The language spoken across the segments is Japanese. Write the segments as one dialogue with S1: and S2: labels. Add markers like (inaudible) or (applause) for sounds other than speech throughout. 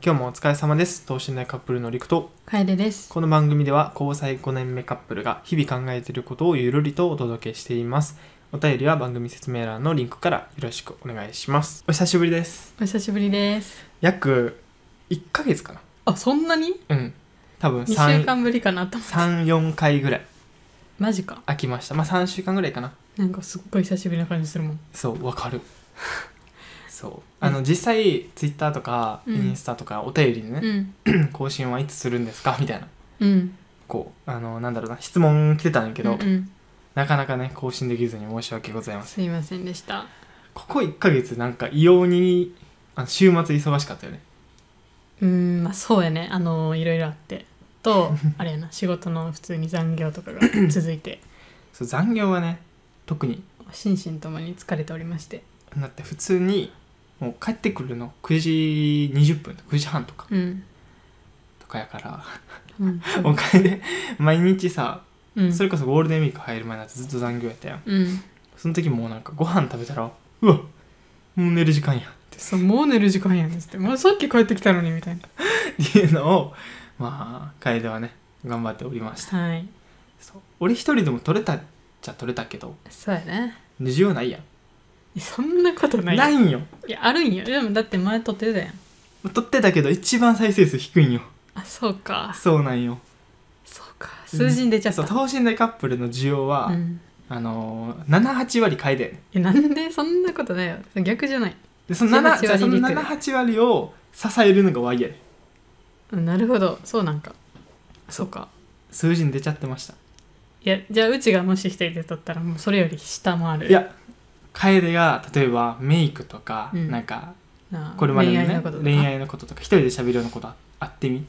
S1: 今日もお疲れ様です等身大カップルのりくと
S2: 楓です。
S1: この番組では交際5年目カップルが日々考えていることをゆるりとお届けしていますお便りは番組説明欄のリンクからよろしくお願いしますお久しぶりです
S2: お久しぶりです。
S1: 約1ヶ月か
S2: あ、そんなに
S1: なうん多分
S2: ?2 週
S1: 34
S2: 間ぶりかなと思って。
S1: 回ぐらい
S2: マジか。
S1: 空きましたまあ3週間ぐらいかな
S2: なんかすっごい久しぶりな感じするもん。
S1: そうわ (laughs) かるそうあの実際ツイッターとか
S2: うん
S1: インスタとかお便りで
S2: う
S1: ね、
S2: ん。
S1: 更新はいつするんですかみたいな
S2: うん。
S1: こうあのなんだろうな質問来てたんやけど、
S2: うんうん
S1: なかなかね更新できずに申し訳ございません
S2: すいませんでした。
S1: ここ1ヶ月なんか異様にあ週末忙しかったよね
S2: うーん、まあそうやね。あのーいろいろあって。 (laughs) と、あれやな、仕事の普通に残業とか (laughs) が続いて、
S1: そう残業はね特に
S2: 心身ともに疲れておりまして。
S1: だって普通にもう帰ってくるの9時20分とか9時半とか
S2: うん。
S1: とかやから、 (laughs)
S2: うん。
S1: おかげで毎日さ、
S2: うん。
S1: それこそゴールデンウィーク入る前だってずっと残業やったやん
S2: うん。
S1: その時もうなんかご飯食べたらうわもう寝る時間や (laughs) って
S2: そう、もう寝る時間やんっつって。もうさっき帰ってきたのにみたいな。
S1: っていうのをまあ楓はね頑張っておりました
S2: はい。
S1: そう俺一人でも取れたっちゃ取れたけど
S2: そうやね。
S1: 需要ないやん
S2: そんなことない。
S1: ないんよ
S2: いや、あるんよ。でもだって前撮ってたやん。
S1: 撮ってたけど一番再生数低いんよ
S2: あ、そうか。
S1: そうなんよ
S2: そうか数字に出ちゃっ
S1: そ
S2: た、
S1: う等身大カップルの需要は、
S2: うん、
S1: あのー、78割買いだよね
S2: いやなんでそんなことないよ逆じゃない
S1: でその7
S2: 78
S1: じゃあその
S2: 割に来る
S1: 78割を支えるのが Y やね
S2: うんなるほどそうなんかそうか
S1: 数字に出ちゃってました
S2: いやじゃあうちがもし一人で撮ったらもうそれより下もある
S1: いや楓が例えばメイクとか、
S2: うん
S1: なんか
S2: なあ
S1: これまでの
S2: 恋愛
S1: ね
S2: のこととか
S1: 恋愛のこととか一人で喋るようなことああってみ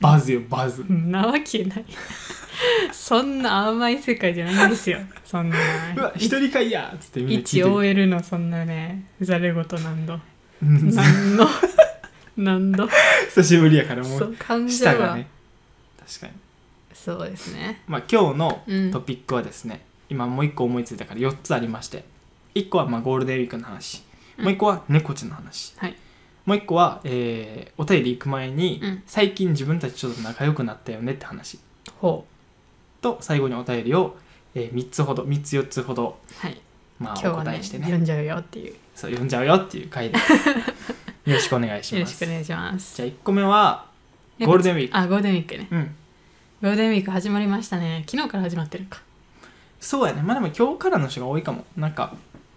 S1: バズよバズ
S2: うん (laughs) なわけない (laughs) そんな甘い世界じゃないんですよそんな
S1: うわ一人会やっつってみんな聞
S2: 一
S1: い
S2: OL のそんなねざれ言何度
S1: てる
S2: 何度何度
S1: (laughs) 久しぶりやからも
S2: そうう感じ
S1: 舌
S2: は
S1: がね確かに
S2: そうですね
S1: まあ今日の
S2: うん
S1: トピックはですね、今もう一個思いついたから4つありまして1個はまあゴールデンウィークの話、
S2: うん
S1: もう一個は猫ちゃんの話、
S2: はい
S1: もう一個は、えーお便り行く前に、
S2: うん
S1: 最近自分たちちょっと仲良くなったよねって話
S2: ほ
S1: と最後にお便りを、え3つほど3つ4つほど、
S2: うはい
S1: まあ、
S2: 今日
S1: お
S2: は
S1: 答
S2: ね
S1: えしてね
S2: 読んじゃうよっていう
S1: そう読んじゃうよっていう回ですよ
S2: (laughs)
S1: ろしくお願いし
S2: よろ
S1: ま
S2: し
S1: す
S2: くお願いします
S1: じゃあ1個目はゴールデンウィーク
S2: あゴールデンウィークね
S1: うん
S2: ゴールデンウィーク始まりましたね昨日から始まってるか
S1: そうやねまあでも今日からの人が多いかもなんか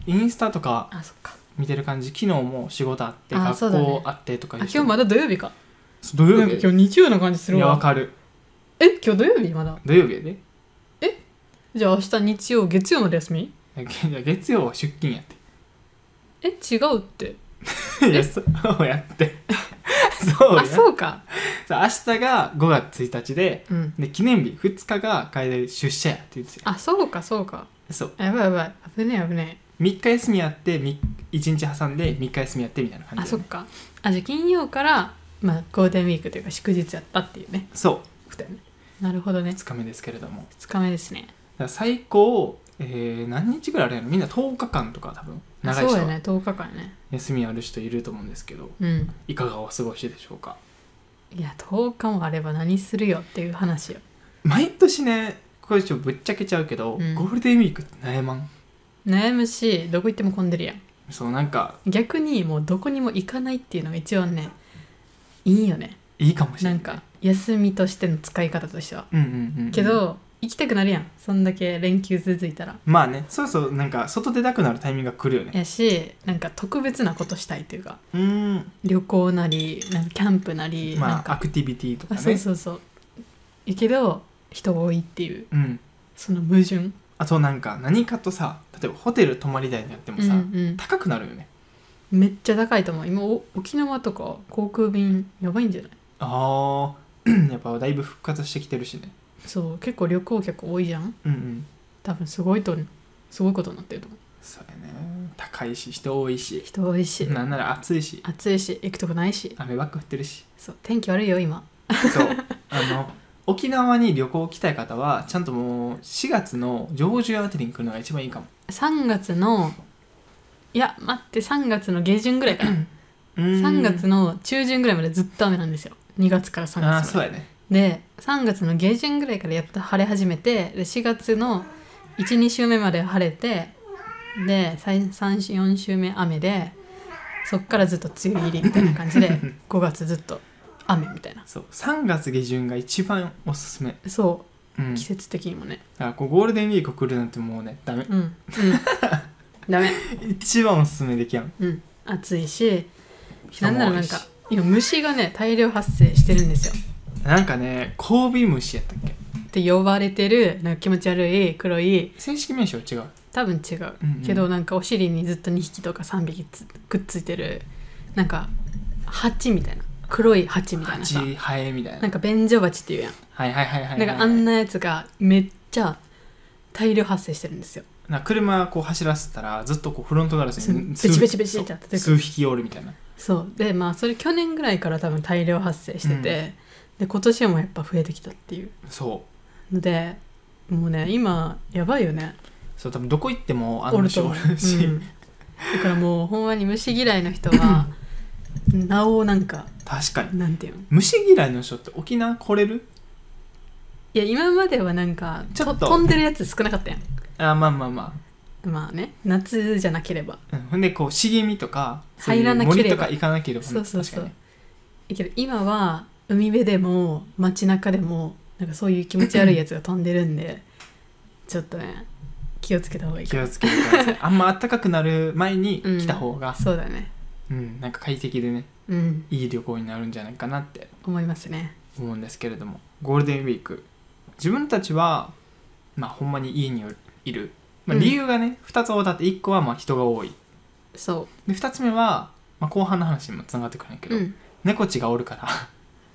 S1: インスタとか
S2: あそっか
S1: 見てる感じ昨日も仕事あって
S2: あーそ
S1: 学
S2: うだね
S1: 校あってとか
S2: あ
S1: いう
S2: 今
S1: 人
S2: 日まだ土曜日か
S1: そう土
S2: な
S1: 曜
S2: んか
S1: 日
S2: 今日日曜な感じす
S1: い
S2: る
S1: やわ
S2: わ
S1: かる
S2: え今日土曜日まだ
S1: 土曜日やで
S2: じゃあ明日日曜月曜まで休み
S1: いや月曜は出勤やって
S2: え違うって
S1: いやそうやってそうや
S2: あそうか
S1: そう明日が5月1日で
S2: うん
S1: で記念日2日が楓出社やって言ってたよ
S2: あそうかそうか
S1: そう
S2: やばいやばい危ねえ危ね
S1: 3日休みやって1日挟んで3日休みやってみたいな
S2: え
S1: 感
S2: あ
S1: じだ
S2: そ
S1: よ
S2: っ
S1: ね
S2: かあじゃあ金曜からまあゴールデンウィークというか祝日やったっていうね
S1: そ
S2: ことやねなるほど
S1: う
S2: ね
S1: 2日目ですけれどもだか
S2: 2日目ですね
S1: ら最高、えー何日ぐらいあるやろみんな10日間とか多分
S2: あ
S1: 長い
S2: そう
S1: 人
S2: や
S1: は
S2: ね10日間やね
S1: 休みある人いると思うんですけど
S2: うん
S1: いかがお過ごしでしょうか
S2: いや10日もあれば何するよっていう話よ
S1: 毎年ねこれちょっとぶっちゃけちゃうけど、
S2: うん
S1: ゴールデンウィークって悩まん
S2: 悩むしどこ行っても混んでるやん
S1: そうなんか
S2: 逆にもうどこにも行かないっていうのが一番ねいいよね
S1: いいかもしれな
S2: な
S1: い
S2: んか休みとしての使い方としては
S1: うんうんうんうん
S2: けど行きたくなるやんそんだけ連休続いたら
S1: まあねそろそろなんか外出たくなるタイミングが来るよね
S2: やしなんか特別なことしたいというか
S1: うーん
S2: 旅行なりなんかキャンプなり、な
S1: ま
S2: ん
S1: あア
S2: か
S1: クティビティとか
S2: あ
S1: ね
S2: そうそうそういいけど人多いっていう
S1: うん
S2: その矛盾
S1: あとなんか何かとさ例えばホテル泊まりたいにやってもさ、
S2: うん
S1: 高くなるよね
S2: うん、めっちゃ高いと思う今お沖縄とか航空便やばいんじゃない
S1: あー (clears throat) やっぱだいぶ復活してきてるしね
S2: そう結構旅行客多いじゃん
S1: うんうん
S2: 多分すごいとすごいことになってると思う
S1: そうやね高いし人多いし
S2: 人多いし
S1: なんなら暑いし
S2: 暑いし行くとこないし
S1: 雨ばっか降ってるし
S2: そう天気悪いよ今
S1: そうあの沖縄に旅行来たい方はちゃんともう4月の上旬あたりに来るのが一番いいかも
S2: 3月のいや待って3月の下旬ぐらいかな3
S1: 3
S2: 月の中旬ぐらいまでずっと雨なんですよ2月から3月
S1: あ
S2: ま
S1: あ
S2: で
S1: そうやね
S2: で3月の下旬ぐらいからやっと晴れ始めてで4月の12週目まで晴れてで34週目雨でそっからずっと梅雨入りみたいな感
S1: (laughs)
S2: じで5月ずっと雨みたいな
S1: そう3月下旬が一番おすすめ
S2: そ
S1: うん
S2: う
S1: だ
S2: 季節的にもね
S1: からこうゴールデンウィーク来るなんてもうねダメ
S2: うんうん
S1: (laughs)
S2: ダメ
S1: 一番おすすめできやん
S2: うん暑いし
S1: 人
S2: なんなら
S1: も多
S2: ないん
S1: し
S2: か今虫がね大量発生してるんですよ
S1: なんかね交尾虫やったっけ
S2: って呼ばれてるなんか気持ち悪い黒い
S1: 正式名称は違う
S2: 多分違う
S1: うんうん
S2: けどなんかお尻にずっと2匹とか3匹つくっついてるなんか蜂みたいな黒い蜂みたいな
S1: 蜂
S2: さ
S1: ハエみたい
S2: な
S1: なん
S2: か便所鉢っていうやん
S1: はいはいはいはい
S2: なんかあん
S1: な
S2: なやつがめっちゃ大量発生してるんですよ
S1: なんか車こう走らせたらずっとこうフロントガラス
S2: そう
S1: に
S2: ベ
S1: 数
S2: チベチベチってやってて
S1: 数匹おるみたいな
S2: そうでまあそれ去年ぐらいから多分大量発生してて、で今年もやっぱ増えてきたっていう
S1: そう
S2: のでもうね今やばいよね
S1: そう多分どこ行ってもあの
S2: おる
S1: 虫
S2: と
S1: お
S2: 思う
S1: るし、
S2: うんだからもうほんまに虫嫌いの人はなおなんか
S1: 確かに
S2: なんていうの
S1: 虫嫌いの人って沖縄来れる
S2: いや今まではなんか
S1: ちょっと
S2: 飛んでるやつ少なかったやん
S1: あまあまあま
S2: まあね夏じゃなければ
S1: あうんほんでこう茂みとかそういう
S2: 入らなけ
S1: 森
S2: れば
S1: とか行かなければね
S2: そうそうそう
S1: 確か
S2: だけど今は海辺でも街中でもなんかそういう気持ち悪いやつが飛んでるんでちょっとね気をつけた方がい
S1: に
S2: い
S1: 気
S2: か
S1: をつけてください (laughs) あんま暖かくなる前に来た方が、
S2: そうだね
S1: うんなんか快適でね
S2: うん
S1: いい旅行になるんじゃないかなって
S2: 思いますね
S1: 思うんですけれどもゴールデンウィーク自分たちはまあほんまに家にいる、まあ、
S2: うん
S1: 理由がね、2つ大って1個はまあ人が多い
S2: そ
S1: で2つ目は、まあ、後半の話にもつながってくるんやけ
S2: う
S1: ど、
S2: うん
S1: 猫ちがおるか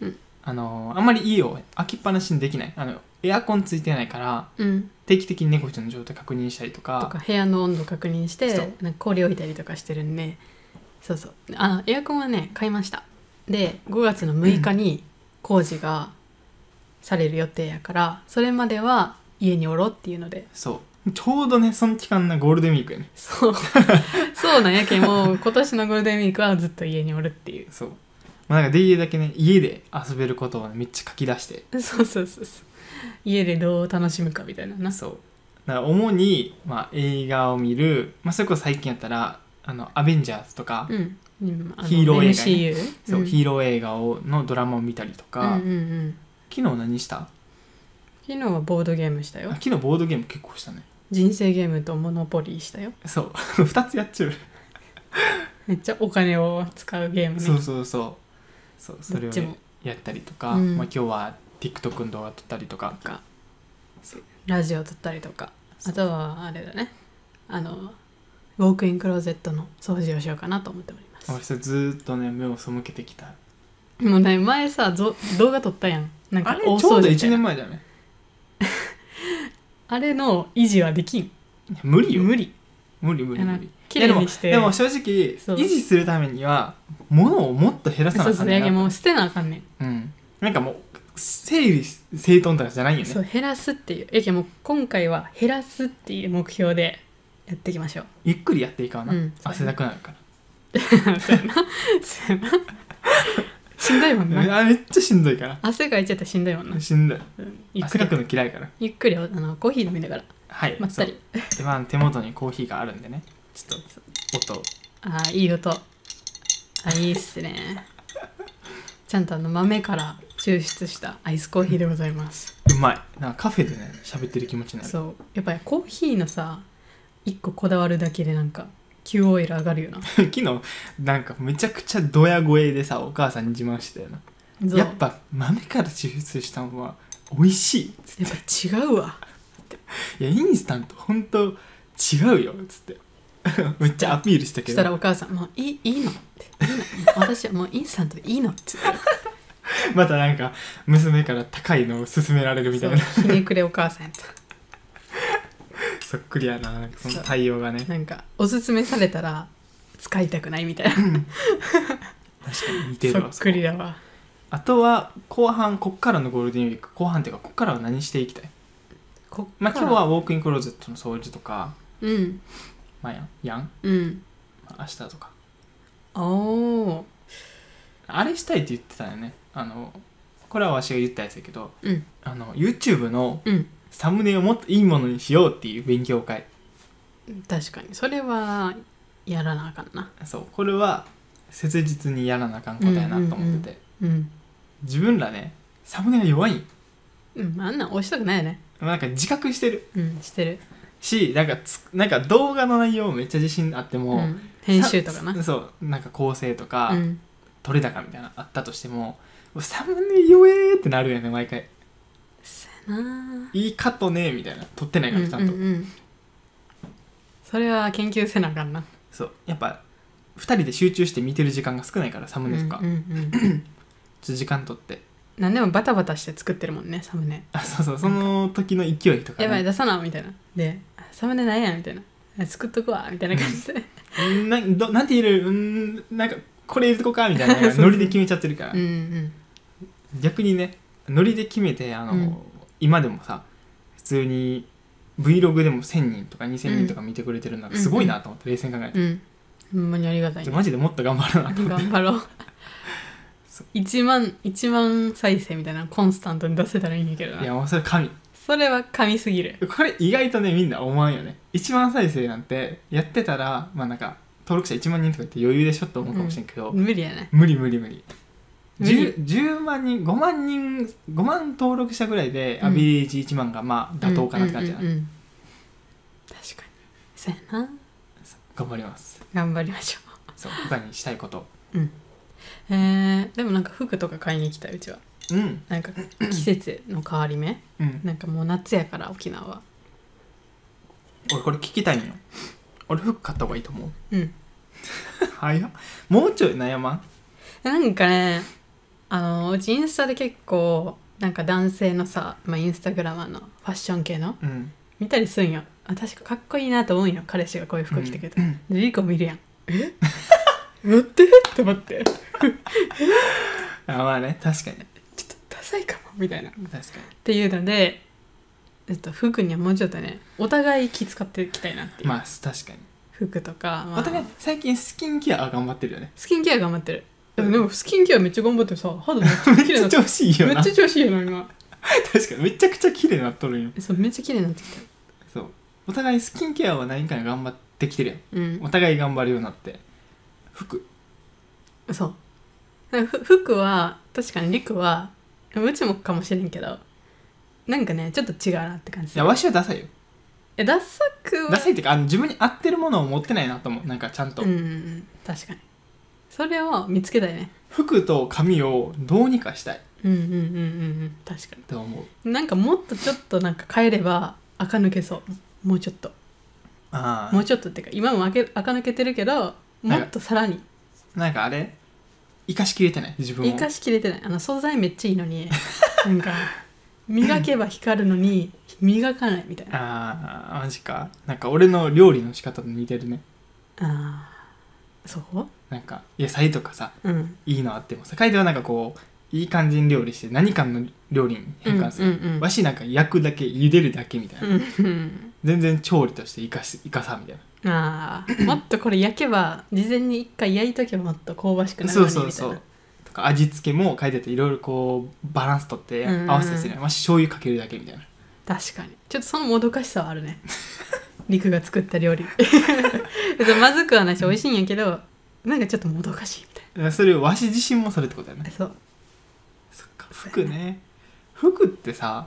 S1: ら、
S2: うん
S1: あのーあんまり家を開きっぱなしにできないあのエアコンついてないから
S2: うん
S1: 定期的に猫ちの状態確認したりとか
S2: とか部屋の温度確認し
S1: そう
S2: てなんか氷置いたりとかしてるんでそうそうあエアコンはね買いましたで5月の6日に工事がされる予定やからそれまでは家におろっていうので
S1: そうちょうどねその期間のゴールデンウィークやね
S2: (laughs) そうそうなんやけんもう今年のゴールデンウィークはずっと家におるっていう
S1: そう、まあ、なんかできるだけね家で遊べることをねめっちゃ書き出して
S2: そうそうそうそう家でどう楽しむかみたいなな
S1: そうだから主に、まあ、映画を見る、まあ、それこそ最近やったら「あのアベンジャーズ」とか、
S2: うんうんあの
S1: ヒーロー映画ね
S2: MCU
S1: そう
S2: ー
S1: ヒーロー映画をのドラマを見たりとか、
S2: うんうんうん
S1: 昨日何した
S2: 昨日はボードゲームした
S1: あ
S2: よ
S1: 昨日ボードゲーム結構したね
S2: 人生ゲームとモノポリーしたよ
S1: そう (laughs) 2つやっちゃう、
S2: めっちゃお金を使うゲームね
S1: そうそうそうそうそれ
S2: ど
S1: を
S2: っちも
S1: ねやったりとか、
S2: うん
S1: まあ、今日は TikTok の動画撮ったりとか
S2: かラジオ撮ったりとかあとはあれだねあのウォークインクローゼットの掃除をしようかなと思っております
S1: 俺それずーっとね目を背けてきた
S2: もうね前さぞ動画撮ったやんなん
S1: あ
S2: か
S1: れちょ
S2: 大
S1: うど
S2: 掃除みた
S1: 1
S2: いな
S1: 年前だよね
S2: あれの維持はできん
S1: いや無理よ
S2: 無理
S1: 無理無理
S2: あ
S1: 無
S2: の
S1: 理
S2: 綺麗にして
S1: いやでもでも正直
S2: そう
S1: 維持するためには物をもっと減らさな
S2: そう
S1: あか
S2: そ
S1: ん
S2: うや
S1: ねん
S2: けん
S1: な
S2: もう捨てなあかんねん
S1: うんなんかもう整理し整頓とかじゃないよ
S2: そ
S1: ね
S2: う減らすっていうやけんもう今回は減らすっていう目標でやっていきましょう
S1: ゆっくりやっていかな、
S2: うん
S1: 汗だくなるか
S2: そうやなそうやな (laughs) しんどいもんな
S1: らあめっちゃしんどいか
S2: 汗かいちゃったらしんどいもんな
S1: らしんどい
S2: うんゆっく
S1: 汗
S2: り
S1: かくの嫌いから
S2: ゆっくりあのコーヒー飲みながら
S1: はい
S2: まったり
S1: そうでまあ手元にコーヒーがあるんでねちょっと音を
S2: ああいい音あいいっすねちゃんとあの豆から抽出したアイスコーヒーでございます
S1: うまいなんかカフェでね喋ってる気持ちになる
S2: そうやっぱりコーヒーのさ一個こだわるだけでなんか Q オイル上がる
S1: (laughs)
S2: よな
S1: 昨日なんかめちゃくちゃドヤ声でさお母さんに自慢してたよな
S2: そう
S1: やっぱ豆から抽出したのは美味しい
S2: やっぱ違うわ
S1: いやインスタントほんと違うよっつって (laughs) めっちゃアピールした
S2: そ
S1: け
S2: した
S1: ど
S2: らお母さん「もういいいいの?」って「いいの私はもうインスタントいいの」って言っ
S1: またなんか娘から高いのを勧められるみ
S2: て
S1: たい
S2: そ
S1: な
S2: うひねくれお母さんやった
S1: そっくりやななんかその対応がね
S2: なんかおすすめされたら使いたくないみたいな
S1: 確かに似て
S2: そ
S1: るわ
S2: っくりだわ
S1: あとは後半こっからのゴールデンウィーク後半っていうかこっからは何していきたい
S2: こっか
S1: ま
S2: ら
S1: あ今日はウォークインクローゼットの掃除とか
S2: うん
S1: まあやんやん
S2: うん
S1: まあ明日とか
S2: おー
S1: あれしたいって言ってたよねあのこれはわしが言ったやつやけど
S2: うん
S1: あの YouTube の
S2: うん
S1: サムネをもっといいものにしようっていう勉強会
S2: 確かにそれはやらなあかんな
S1: そうこれは切実にやらなあかんことやなと思ってて、
S2: うんうんうんうん、
S1: 自分らねサムネが弱いん
S2: うん、あんなん押したくないよね
S1: なんか自覚してる
S2: うんしてる、
S1: しなんかつなんか動画の内容めっちゃ自信あっても、
S2: うん、編集とかな
S1: さそうなんか構成とか、
S2: うん
S1: 撮れ高みたいなのあったとしてもサムネ弱えーってなるよね毎回
S2: せやない
S1: いカットねーみたいな撮ってないからちゃんと、
S2: うんうんうん、それは研究せなあかんな
S1: そうやっぱ2人で集中して見てる時間が少ないからサムネとか、
S2: うん
S1: ちょっ
S2: うんうん、
S1: と時間取って
S2: 何でもバタバタして作ってるもんねサムネ
S1: あそうそうその時の勢いとか、
S2: やばい
S1: ね、
S2: 出さなみたいなでサムネなんやみたいな作っとくわみたいな感じで
S1: などなんて入れるうーんなんかこれ入れとこうかみたいなノリで決めちゃってるから、
S2: うんうん
S1: 逆にねノリで決めてあの、
S2: うん
S1: 今でもさ普通に Vlog でも1000人とか2000人とか見てくれてるのがすごいなと思って、冷静に考えて、
S2: うんほんまにありがたい
S1: じゃ
S2: ね
S1: あマジでもっと頑張るなと思って
S2: 頑張ろう1万1万再生みたいなコンスタントに出せたらいいんやけど
S1: いや
S2: な
S1: もうそれ神
S2: それは神すぎる
S1: これ意外とねみんな思わんよね1万再生なんてやってたらまあなんか登録者1万人とかって余裕でしょって思うかもしれんけど、
S2: 無理やね
S1: 無理無理無理
S2: 無理
S1: 10, 10万人5万人5万登録者ぐらいで
S2: うん
S1: アベレージ1万がまあ妥当かなって感じだ
S2: うんうんうんうん確かにそうやな
S1: 頑張ります
S2: 頑張りましょ
S1: そう他にしたいこと
S2: うえー、でもなんか服とか買いに行きたいうちは
S1: うん
S2: なんか季節の変わり目
S1: うん
S2: なんかもう夏やから沖縄
S1: 俺これ聞きたいんよ俺服買った方がいいと思う
S2: うん
S1: (laughs) 早っもうちょい悩まん
S2: なんかねあのうちインスタで結構なんか男性のさ、まあ、インスタグラマーのファッション系の
S1: うん
S2: 見たりするんよあ確かかっこいいなと思うんよ彼氏がこういう服着てくれたら、でリコ見るやんえ (laughs) 待ってって待ってちょっ
S1: あまあね確かに
S2: とダサいかもみたいなっ
S1: 確か
S2: ていうのでえっと服にはもうちょっとねお互い気使っていきたいなって
S1: に
S2: いう、
S1: まあ確かに
S2: 服とか、まあ
S1: お互い最近スキンケア頑張ってるよね
S2: スキンケア頑張ってるでもでもスキンケアめっちゃ頑張ってさ肌めっちゃ綺麗
S1: め
S2: にな
S1: っち
S2: って
S1: ゃ調子いいよ
S2: めっ
S1: な
S2: ちゃ調子いいよな今
S1: 確かにめちゃくちゃ綺麗になっとるんよ
S2: そうめっちゃ綺麗になってきた
S1: そうお互いスキンケアは何回か頑張ってきてるやん
S2: うん
S1: お互い頑張るようになって服
S2: そうなんかふ服は確かにリクはうちもかもしれんけどなんかねちょっと違うなって感じ
S1: いやわしはダサいよ
S2: えダサくは
S1: ダサいっていうかあの自分に合ってるものを持ってないなと思うなんかちゃんと、
S2: うんうんうん確かにそれを見つけたいね
S1: 服と髪をどうにかしたい
S2: うんうんうんうんうん確か
S1: と思う
S2: になんかもっとちょっとなんか変えれば垢抜けそうもうちょっと
S1: あ
S2: もうちょっとっていうか今もあけ垢抜けてるけどもっとさらに
S1: あなんかあれ生かしきれてない自分を
S2: 生かしきれてないあの素材めっちゃいいのに (laughs) なんか磨けば光るのに磨かないみたいな
S1: ああマジかなんか俺の料理の仕方と似てるね
S2: あーそう
S1: なんか野菜とかさ
S2: うん
S1: いいのあってもさ海ではなんかこういい感じに料理して何かの料理に変換する、
S2: うんうんうん
S1: わしなんか焼くだけ茹でるだけみたいな、
S2: うん (laughs)
S1: 全然調理として生かし生かさみたいな
S2: うんあーもっとこれ焼けば事前に一回焼いとけばもっと香ばしくなる
S1: そ
S2: の
S1: う
S2: にみたい
S1: そうそ
S2: な
S1: うとか味付けも書いてていろいろこうバランスとって
S2: うんうん
S1: 合わせたりする、わし醤油かけるだけみたいな
S2: 確かにちょっとそのもどかしさはある
S1: (laughs)
S2: ね陸が作った料理 (laughs) 別にまずくはないし美味しいんやけどなんかちょっともどかしいみたい
S1: だからそれわし自身もそれってことだよ
S2: (laughs) な
S1: ね
S2: そう
S1: そっか服ね服ってさ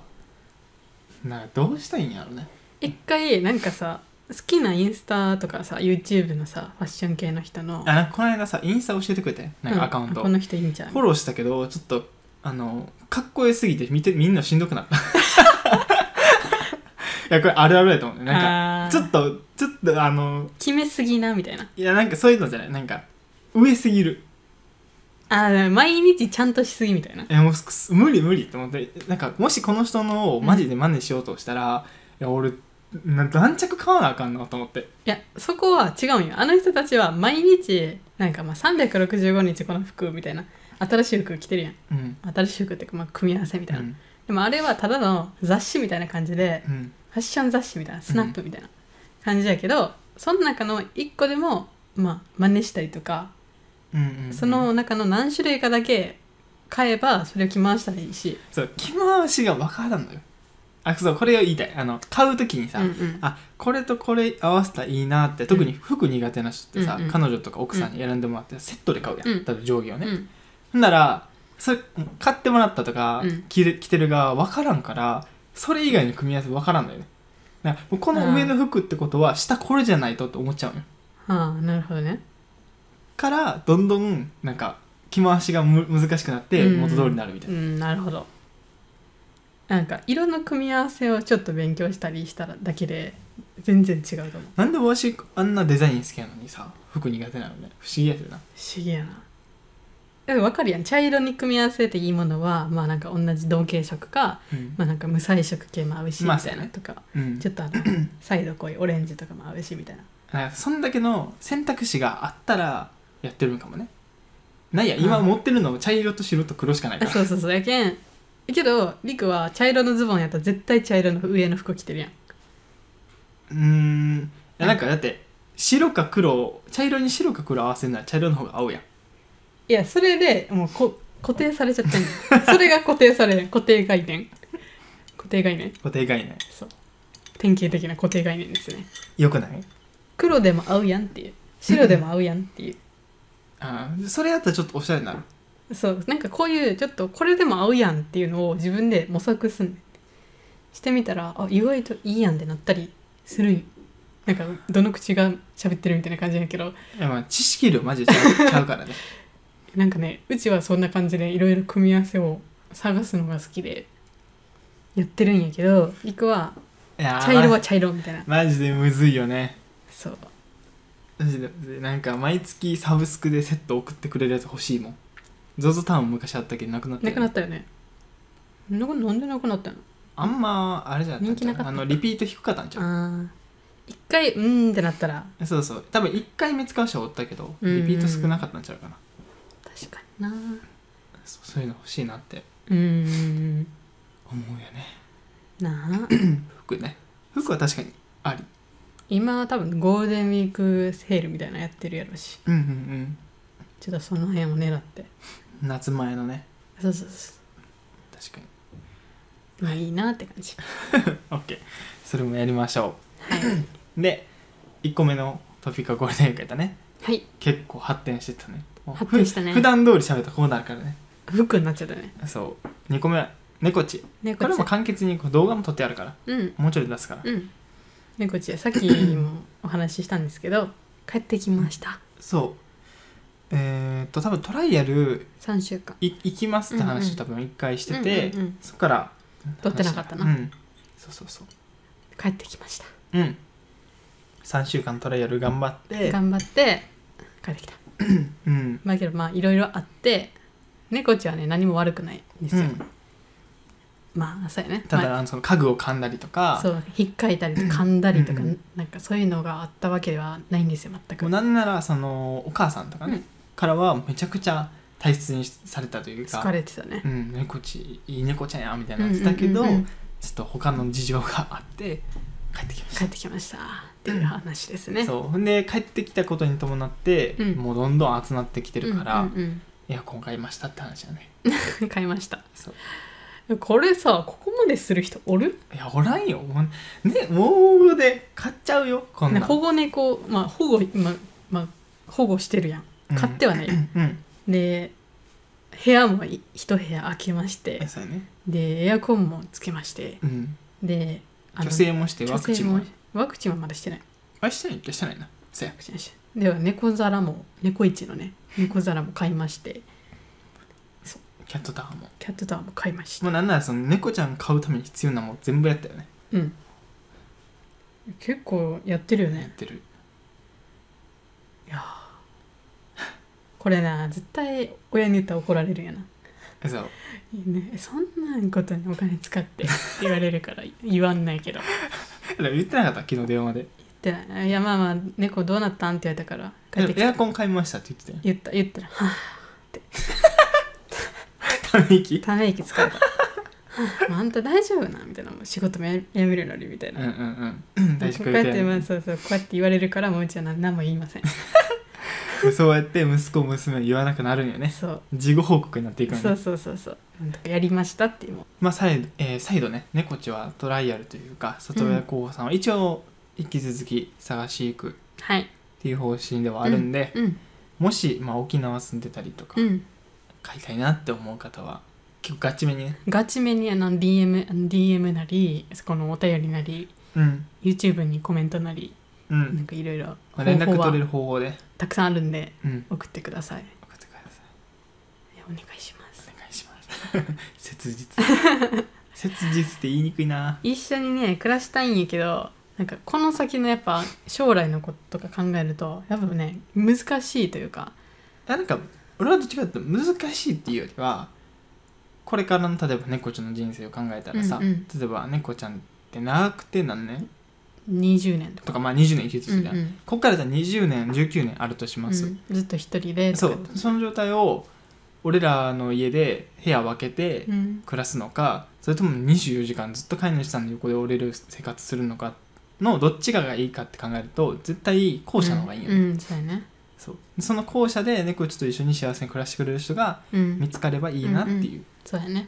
S1: なんかどうしたいんやろね
S2: 一回なんかさ好きなインスタとかさ YouTube のさファッション系の人の
S1: あなんかこの間さインスタ教えてくれてなんかアカウント、
S2: うんこの人いいんちゃう
S1: フォローしたけどちょっとあのかっこよすぎて見てみんなしんどくなった
S2: (laughs)
S1: いやこれあるあるやと思うねなんか
S2: あー
S1: ちょっとちょっとあの
S2: 決めすぎなみたいない
S1: やなんかそういうのじゃないなんか上すぎる
S2: あー毎日ちゃんとしすぎみたいない
S1: やもうす無理無理と思ってなんかもしこの人のをマジで真似しようとしたら、いや俺な何着買わなあかんなと思って
S2: いやそこは違うんよあの人たちは毎日なんかまあ365日この服みたいな新しい服着てるやん
S1: うん
S2: 新しい服っていうかまあ組み合わせみたいな、
S1: うん
S2: でもあれはただの雑誌みたいな感じで
S1: うん
S2: ファッション雑誌みたいなスナップみたいな感じやけど、その中の一個でもまあ真似したりとか
S1: うんうんうん
S2: その中の何種類かだけ買えばそれを着回したらいいし、
S1: そう着回しが分からんのよあそうこれを言いたいあの買う時にさ、
S2: うんうん
S1: あこれとこれ合わせたらいいなって特に服苦手な人ってさ、
S2: うんうん
S1: 彼女とか奥さんに選んでもらってセットで買うやん、
S2: うん
S1: 多分上下をね、
S2: うん
S1: ほんならそれ買ってもらったとか、
S2: うん
S1: 着る着てる側分からんからそれ以外の組み合わせ分からんのよねだからもうこの上の服ってことは下これじゃないとって思っちゃうのよ
S2: ああなるほどね
S1: からどんどんなんか着回しがむ難しくなって
S2: うん
S1: 元通りになるみたいうな、
S2: んなるほどなんか色の組み合わせをちょっと勉強したりしたらだけで全然違うと思う
S1: なんでわしあんなデザイン好きなのにさ服苦手なのね不思議やけどな
S2: 不思議やなでも分かるやん茶色に組み合わせていいものはまあなんか同じ同系色か
S1: うん、
S2: まあなんか無彩色系も合うしみ
S1: まあ
S2: たいなとか、
S1: うん
S2: ちょっ
S1: (clears throat)
S2: とあのサイド濃いオレンジとかも合うしみたいな
S1: なんかそんだけの選択肢があったらやってるんかもねなんや今
S2: うん
S1: 持ってるの茶色と白と黒しかないか
S2: あ
S1: ら
S2: そうそうそうやけんけどりくは茶色のズボンやったら絶対茶色の上の服着てるやん
S1: (laughs) うーんいやなんかだって白か黒を茶色に白か黒合わせるなら茶色の方が合うやん
S2: いやそれでもうこ固定されちゃってん (laughs) のそれが固定されん固定概念固定概念
S1: 固定概念
S2: 典型的な固定概念ですね
S1: よくない
S2: 黒でも合うやんっていう白でも合うやんっていう
S1: あーそれやったらちょっとおしゃれになる
S2: そうなんかこういうちょっとこれでも合うやんっていうのを自分で模索すんねんしてみたらあ意外といいやんってなったりするんよなんかどの口が喋ってるみたいな感じやけど
S1: いやまあ知識量マジでちゃうちゃうから (laughs) ね
S2: なんかねうちはそんな感じでいろいろ組み合わせを探すのが好きでやってるんやけどりくは
S1: (laughs)
S2: い
S1: やー
S2: 茶色は茶色みたいな
S1: マジでむずいよね
S2: そう
S1: マジでむずいなんか毎月サブスクでセット送ってくれるやつ欲しいもん ZOZO タウンも昔あったけどなくなった
S2: な
S1: よね
S2: くなったよねななんでなくなったの
S1: あんまあれじゃったん
S2: 人気
S1: ちゃ
S2: な
S1: う
S2: かった
S1: あのリピート低かったんちゃう
S2: ああ一回うーんってなったら
S1: そうそう多分1回目使う人はおったけど
S2: うん
S1: リピート少なかったんちゃうかな、
S2: 確かにな
S1: そうそういうの欲しいなって
S2: うーん
S1: 思うよね
S2: なあ
S1: 服ね服は確かにあり
S2: 今は多分ゴールデンウィークセールみたいなのやってるやろうし
S1: うんうん
S2: ちょっとその辺を狙って
S1: うん夏前のね
S2: そうそうそ
S1: 確かに
S2: うまあいいなって感
S1: (clears throat)
S2: じ
S1: OK それもやりましょ
S2: はいう
S1: で1個目のトピックはゴールデンウィークやったね
S2: はい
S1: 結構発展してたねもう
S2: 発展したね
S1: ふ普段通り喋ったらこうなるからね
S2: 服になっちゃったね
S1: そう2個目は猫ちこ
S2: 猫
S1: れ
S2: ち
S1: も簡潔にこう動画も撮ってあるから
S2: うん
S1: もうちょいで出すから、
S2: うん猫ちさっきもお話ししたんですけど (coughs) 帰ってきました
S1: そうえー、っと多分トライアル
S2: 3週間
S1: い行きますって
S2: うん
S1: 話
S2: うん
S1: を多分1回してて、
S2: うんうんうん
S1: そっから
S2: 撮ってなかったな
S1: 話したうんそうそうそう
S2: 帰ってきました
S1: うん3週間トライアル頑張って
S2: 頑張って帰ってきた
S1: うん
S2: まあけどまあいろいろあって猫ちゃんはね何も悪くないんです
S1: う
S2: よ、
S1: ん、
S2: まあそうやね
S1: ただ、
S2: ま
S1: あのその家具を噛んだりと
S2: あ、
S1: か
S2: そうひっかいたりとか噛んだりとか、
S1: うんうん
S2: なんかそういうのがあったわけではないんですよ全く
S1: もうなんならそのお母さんとかね、
S2: うん
S1: からはめちゃくちゃ大切にされたというか
S2: 疲れてたね
S1: うん、猫ちいい猫ちゃんやみたいなやつだけど、
S2: うんうんうんうん
S1: ちょっと他の事情があって帰ってきまし
S2: 帰ってきましたっていう話です
S1: た
S2: ね
S1: そうほんで帰ってきたことに伴って、
S2: うん
S1: もうどんどん熱なってきてるから、
S2: うんうん
S1: エアコン買いましたって話だね
S2: うん (laughs) 買いました
S1: そう
S2: これさここまでする人おる
S1: いやおらんよもうねもうで買っちゃうよこん
S2: ね
S1: なん
S2: 保護猫まあ保護ままあ保護してるやん買っ
S1: (clears throat)
S2: てはない、
S1: うん、うん
S2: で部屋もい一部屋空けまして
S1: そうやね、
S2: でエアコンもつけまして
S1: うん、
S2: であの
S1: 女性もしてワクチンも
S2: 女性ワクチンはまだしてないワ
S1: あしてないってしてないなそうや
S2: クチンはしてないでは猫皿も猫市のね猫皿も買いまして
S1: キャットタワーも
S2: キャットタワーも買いました
S1: もうなんならその猫ちゃん買うために必要なもん全部やったよね
S2: うん結構やってるよ
S1: やっ
S2: ね
S1: てる
S2: これな絶対親に言ったら怒られるやな
S1: そう
S2: いいねそんなんことにお金使ってって言われるから言わんない (laughs) けど
S1: だから言ってなかった昨日電話で
S2: 言ってないいやまあまあ猫どうなったんって言われたから帰ってき
S1: エア
S2: た
S1: コン買いましたって言ってたよ
S2: 言った言ったらはぁ
S1: ため息
S2: ため息つかれた (laughs) はぁあんた大丈夫なみたいなもう仕事もややめるのにみたい
S1: うん
S2: な、
S1: う
S2: こ
S1: んうん大丈
S2: う
S1: 夫 (laughs)
S2: やってまあそうそうこうやって言われるからもううちは何何も言いません
S1: で (laughs) そうやって息子娘言わなくなるんよね
S2: そう
S1: 事後報告になっていくん
S2: そ
S1: よ
S2: う
S1: ね
S2: そうそうそうなんとかやりましたっていう
S1: まあ再度,、えー再度ね猫ちはトライアルというか里親候補さんは一応引き続き探し行くっ
S2: はい
S1: ていう方針ではあるんで、
S2: うん
S1: もし、まあ、沖縄住んでたりとか
S2: うん
S1: 買いたいなって思う方は結構ガチめにね
S2: ガチめにあの DM, DM なりそこのお便りなり
S1: うん、
S2: YouTube にコメントなり
S1: う
S2: なん
S1: ん
S2: かいろいろ
S1: まあ、連絡
S2: 方法
S1: 取れる
S2: は
S1: 方法で、
S2: たくさんあるんで
S1: うん、
S2: 送ってください
S1: 送ってください
S2: お願いします
S1: お願いします (laughs) 切実切実って言いにくいな
S2: 一緒にね暮らしたいんやけどなんかこの先のやっぱ将来のこととか考えるとやっぱね難しいというか
S1: あなんか俺はどっちかというと難しいっていうよりはこれからの例えば猫ちゃんの人生を考えたらさ、
S2: うんうん
S1: 例えば猫ちゃんって長くて何年
S2: 20年とか
S1: とかまあ20年生きるとするじゃん、
S2: うんうん
S1: こっからじゃあ20年19年あるとします、
S2: うんずっと一人で
S1: そ
S2: と
S1: う
S2: か
S1: その状態を俺らの家で部屋を分けて
S2: うん
S1: 暮らすのか、それとも24時間ずっと飼い主さんの横で折れる生活するのかのどっちががいいかって考えると絶対後者の方がいいよね、
S2: うんうんそうやね
S1: そうその後者で猫ちゃんと一緒に幸せに暮らしてくれる人が
S2: うん
S1: 見つかればいいなっていう
S2: そうやね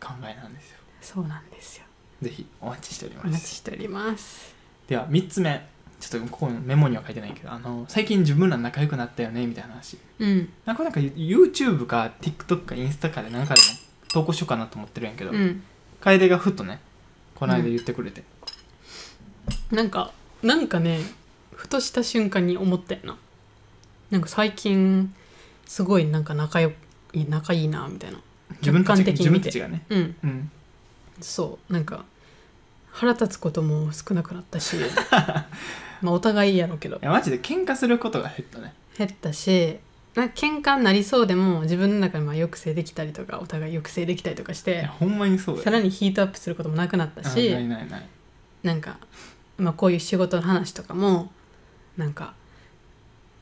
S1: 考えなんですよ
S2: そうなんですよ
S1: ぜひお待ちしており
S2: お
S1: ま
S2: 待
S1: す
S2: ちしております
S1: では3つ目ちょっとここのメモには書いてないけどあの最近自分ら仲良くなったよねみたいな話
S2: うん
S1: なんかなんか YouTube か TikTok かインスタかでなんかでも投稿しようかなと思ってるんやけど、
S2: うん
S1: 楓がふっとねこの間言ってくれて、
S2: なんかなんかねふとした瞬間に思ったよななんか最近すごいなんか仲よい仲いいなみたいな
S1: 自分たち
S2: 客観的
S1: 自
S2: に見
S1: 分
S2: て
S1: たちがね
S2: うん
S1: うん
S2: そうなんか腹立つことも少なくなっ
S1: (laughs)
S2: たしまあお互いやろうけど
S1: いやマジで喧嘩することが減ったね
S2: 減ったしなんか喧嘩になりそうでも自分の中でまあ抑制できたりとかお互い抑制できたりとかし
S1: いや
S2: て
S1: ほんまにそう
S2: さ
S1: だよ
S2: らにヒートアップすることもなくなった
S1: うんない
S2: し
S1: ないない
S2: なんか、まあ、こういう仕事の話とかもなんか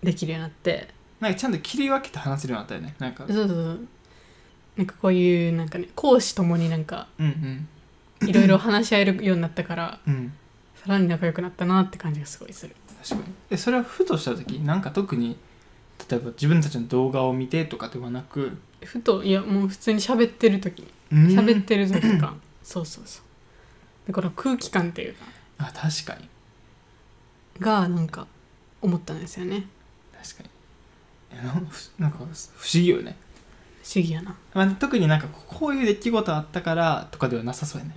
S2: できるようになって
S1: なんかちゃんと切り分けて話せるようになったよねなんか
S2: そうそうそうなんかこういうなんかね講師ともになんか
S1: うんうん
S2: いろいろ話し合えるようになったから
S1: うん
S2: さらに仲良くなったなって感じがすごいする。
S1: 確かにえそれはふとした時なんか特に例えば自分たちの動画を見てとかではなく
S2: ふといやもう普通に喋ってる時
S1: うん
S2: 喋ってる時とか (clears throat) そうそうそうでこの空気感っていうか
S1: あ確かに
S2: がなんか思ったんですよね
S1: 確かにえなんふなんか不思議よね、
S2: 不思議やな
S1: まあ、特になんかこういう出来事あったからとかではなさそうやね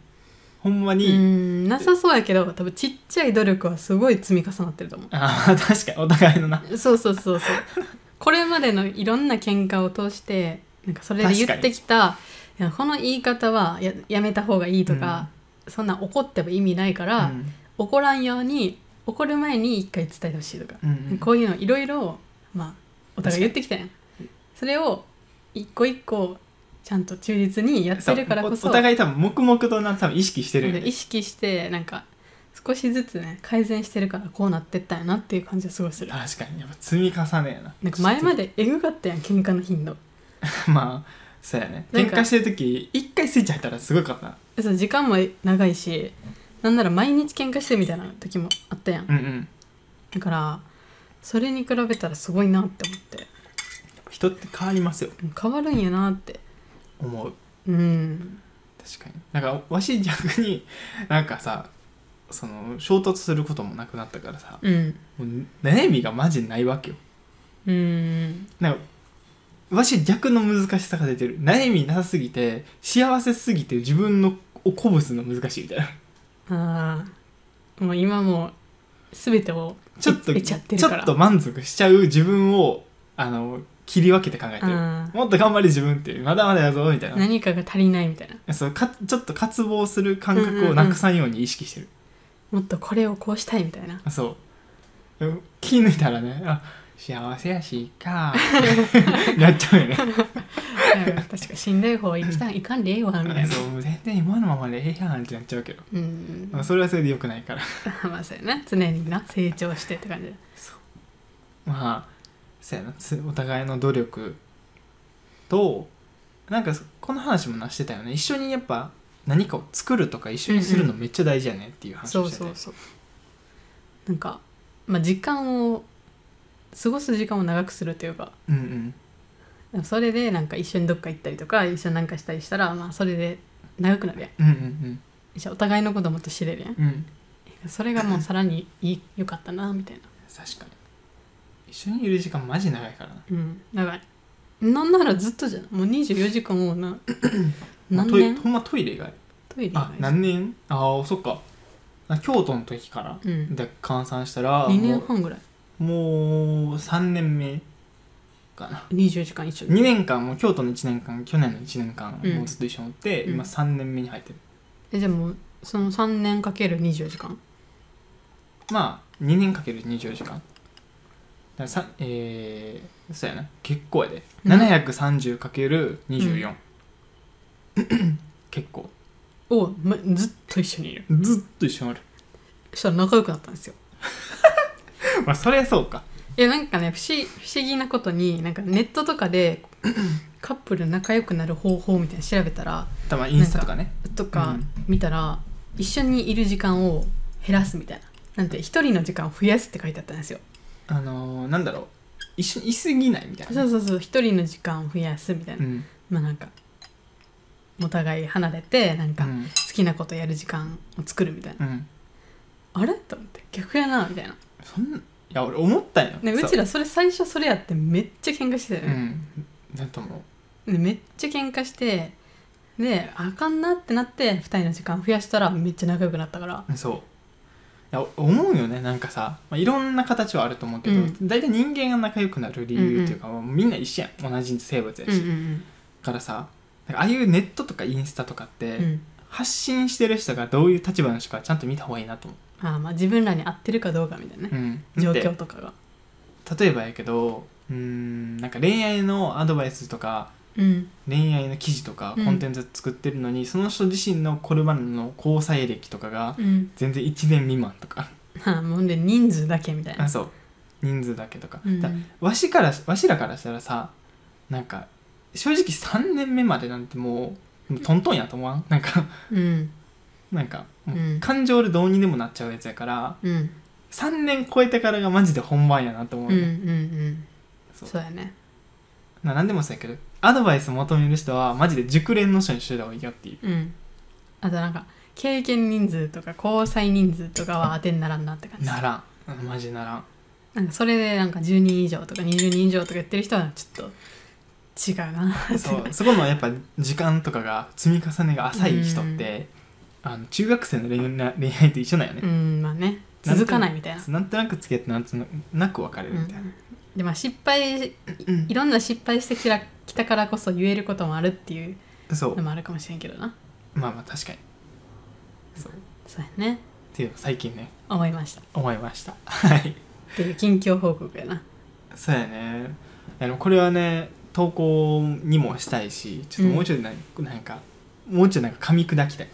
S1: ほんま
S2: う
S1: に、
S2: んなさそうやけど多分ちっちゃい努力はすごい積み重なってると思
S1: あー確かにお互いのな
S2: うそうそうそうそうこれまでのいろんな喧嘩を通してなんかそれで言ってきたいやこの言い方はややめた方がいいとか、そんな怒っても意味ないから、
S1: うん
S2: 怒らんように怒る前に一回伝えてほしいとか
S1: うんうん
S2: こういうのいろいろ、まあ、お互い言ってきたやんそれを一個一個ちゃんと忠実にやってるからこ
S1: お
S2: そ
S1: お互い多分黙々とな多分意識してるよ
S2: なんか
S1: ね
S2: 意識してなんか少しずつね改善してるからこうなってったんやなっていう感じがすごいする
S1: 確かにやっぱ積み重ねやな
S2: なんか前ま
S1: で
S2: でえぐかったやん喧嘩の頻度
S1: (laughs) まあそうやね
S2: なん
S1: 喧
S2: か
S1: 嘩してる時一回スイッチ入ったらすごかったな
S2: そう時間も長いしなんなら毎日喧嘩してるみたいな時もあったやん
S1: うんうん
S2: だからそれに比べたらすごいなって思って
S1: 人って変わりますよ
S2: うん変わるんやなって
S1: 思う
S2: うん
S1: 確かになんかわし逆に (laughs) なんかさその衝突することもなくなったからさ
S2: うん
S1: もう悩みがマジないわけよ
S2: うん
S1: なんかわし逆の難しさが出てる悩みなさすぎて幸せすぎて自分のを鼓舞するの難しいみた
S2: (laughs)
S1: いな
S2: ああもう今もすべてを
S1: ちょっと
S2: 得ちゃってるから
S1: ちょっと満足しちゃう自分をあの切り分けて考えてる
S2: あ
S1: もっと頑張れ自分っていうまだまだやぞみたい
S2: ー
S1: な
S2: 何かが足りないみたいな
S1: そうかちょっと渇望する感覚をなくさんように意識してる
S2: もっとこれをこうしたいみたいな
S1: あそうでも気抜いたらねあ幸せやし
S2: (laughs)
S1: かやっちゃうよね
S2: うん確かしんどい方は行きたいいかんでええわみたいな
S1: そうもう全然今のままでええやんってなっちゃうけど、
S2: うん
S1: まあ、それはそれでよくないから (laughs)
S2: まあそうやな常にな成長してって感じ
S1: まあそうやなつお互いの努力となんかそこの話もなしてたよね一緒にやっぱ何かを作るとか一緒にするのめっちゃ大事やねっていう話
S2: そ
S1: を
S2: う
S1: してて、
S2: そうそうなんか、まあ、時間を過ごす時間を長くするというか
S1: うんうん
S2: でもそれでなんか一緒にどっか行ったりとか一緒になんかしたりしたらまあそれで長くなるや
S1: う
S2: ん
S1: んうん
S2: じゃあお互いのこともっと知れるや
S1: うんうん
S2: んそれがもうさらにいい良かったなみたいな
S1: 確かに一緒にいる時間マジ長いからな
S2: うん長いなんならずっとじゃんもう24時間もう
S1: (coughs)
S2: な何
S1: トイレ
S2: 年
S1: ほんまトイレ以外
S2: トイレ
S1: あ何年ああそっかあ京都の時から
S2: うん
S1: で換算したら
S2: 2
S1: も
S2: 年
S1: う
S2: 半ぐらい
S1: もう3年目かな
S2: 24時間一緒に
S1: 2年間もう京都の1年間去年の1年間
S2: うん
S1: もうずっと一緒におって、
S2: うん
S1: 今3年目に入ってる
S2: えじゃあもうその3年かける24時間
S1: まあ2年かける24時間だからさえー、そうやな結構やで、
S2: うん
S1: 730×24、結 (coughs) 構
S2: を、ま、ずっと一緒にいる
S1: ずっと一緒におる
S2: そしたら仲良くなったんですよ
S1: まあそりゃそうか
S2: いやなんかね不思不思議なことになんかネットと
S1: (clears throat)
S2: かでカップル仲良くなる方法みたいなの調べたら
S1: たまインスタとかね
S2: とか
S1: うん
S2: 見たら、一緒にいる時間を減らすみたいななんて一人の時間を増やすって書いてあったんですよ
S1: あのー、なんだろう一緒にいすぎないみたいな
S2: そうそうそう一人の時間を増やすみたいな、
S1: ん
S2: まあなんかお互い離れてなん
S1: う
S2: か好
S1: ん
S2: きなことやる時間を作るみたいな、
S1: うん
S2: あれと思って逆やなみたいな、
S1: そんないや俺思ったんよ、
S2: ね、
S1: そう
S2: ちらそれ最初それやってめっちゃ喧嘩してたよ
S1: う
S2: ね、
S1: んだと思う
S2: でめっちゃ喧嘩してであかんなってなって2人の時間増やしたらめっちゃ仲良くなったから
S1: そういや思うよねなんかさ、まあ、いろんな形はあると思うけど、
S2: うん
S1: 大体人間が仲良くなる理由っていうか、もうみんな一緒やん同じ生物やし、だからさなんかああいうネットとかインスタとかって、
S2: うん
S1: 発信してる人がどういう立場の人かちゃんと見た方がいいなと思
S2: あーまあ自分らに合ってるかどうかみたいな
S1: う、
S2: ね、
S1: うん、
S2: 状
S1: だ
S2: 況
S1: っ
S2: とかが
S1: て例えばやけどうーんなんか恋愛のアドバイスとか
S2: うん
S1: 恋愛の記事とか
S2: うん
S1: コンテンツ作ってるのに、その人自身のこれまでの交際歴とかが
S2: うん
S1: 全然1年未満とか、
S2: はあもうで人数だけみたいな
S1: あそう人数だけとか,、
S2: うん
S1: だわしからわしらからしたらさなんか正直3年目までなんてもうもうトントンやと思わんなんか
S2: うん
S1: なんかもう
S2: うん
S1: 感情でどうにでもなっちゃうやつやから
S2: うん
S1: 3年超えてからがマジで本番やなと思
S2: う
S1: うん
S2: うんう
S1: ね、
S2: ん
S1: そう
S2: そうやね
S1: な何でもそうやけどアドバイス求める人はマジで熟練の人にしてた方がいいよっていう
S2: うんあとなんか経験人数とか交際人数とかは当てにならんなって感じ
S1: ならんマジならん
S2: なんかそれでなんか10人以上とか20人以上とか言ってる人はちょっと違うな (laughs)
S1: (laughs) そうそこのやっぱ時間とかが積み重ねが浅い人って、あの中学生の恋愛恋愛と一緒だよね、
S2: うんまあね
S1: なんと
S2: 続かないみたいな
S1: なんとなく付き合ってなんとなく別れるみたいな、
S2: でまあ失敗いろんな失敗してきたきたからこそ言えることもあるっていう
S1: そう
S2: のもあるかもしれんけどな
S1: まあまあ確かにそうっ
S2: そうやね
S1: ていうのを最近ね
S2: 思いましたっ
S1: 思いましたはい
S2: ていう近況報告やな
S1: そうやねいやでもこれはね投稿にもしたいしちょっともうちょいな,、ん、なんかもうちょいなんか噛み砕きたい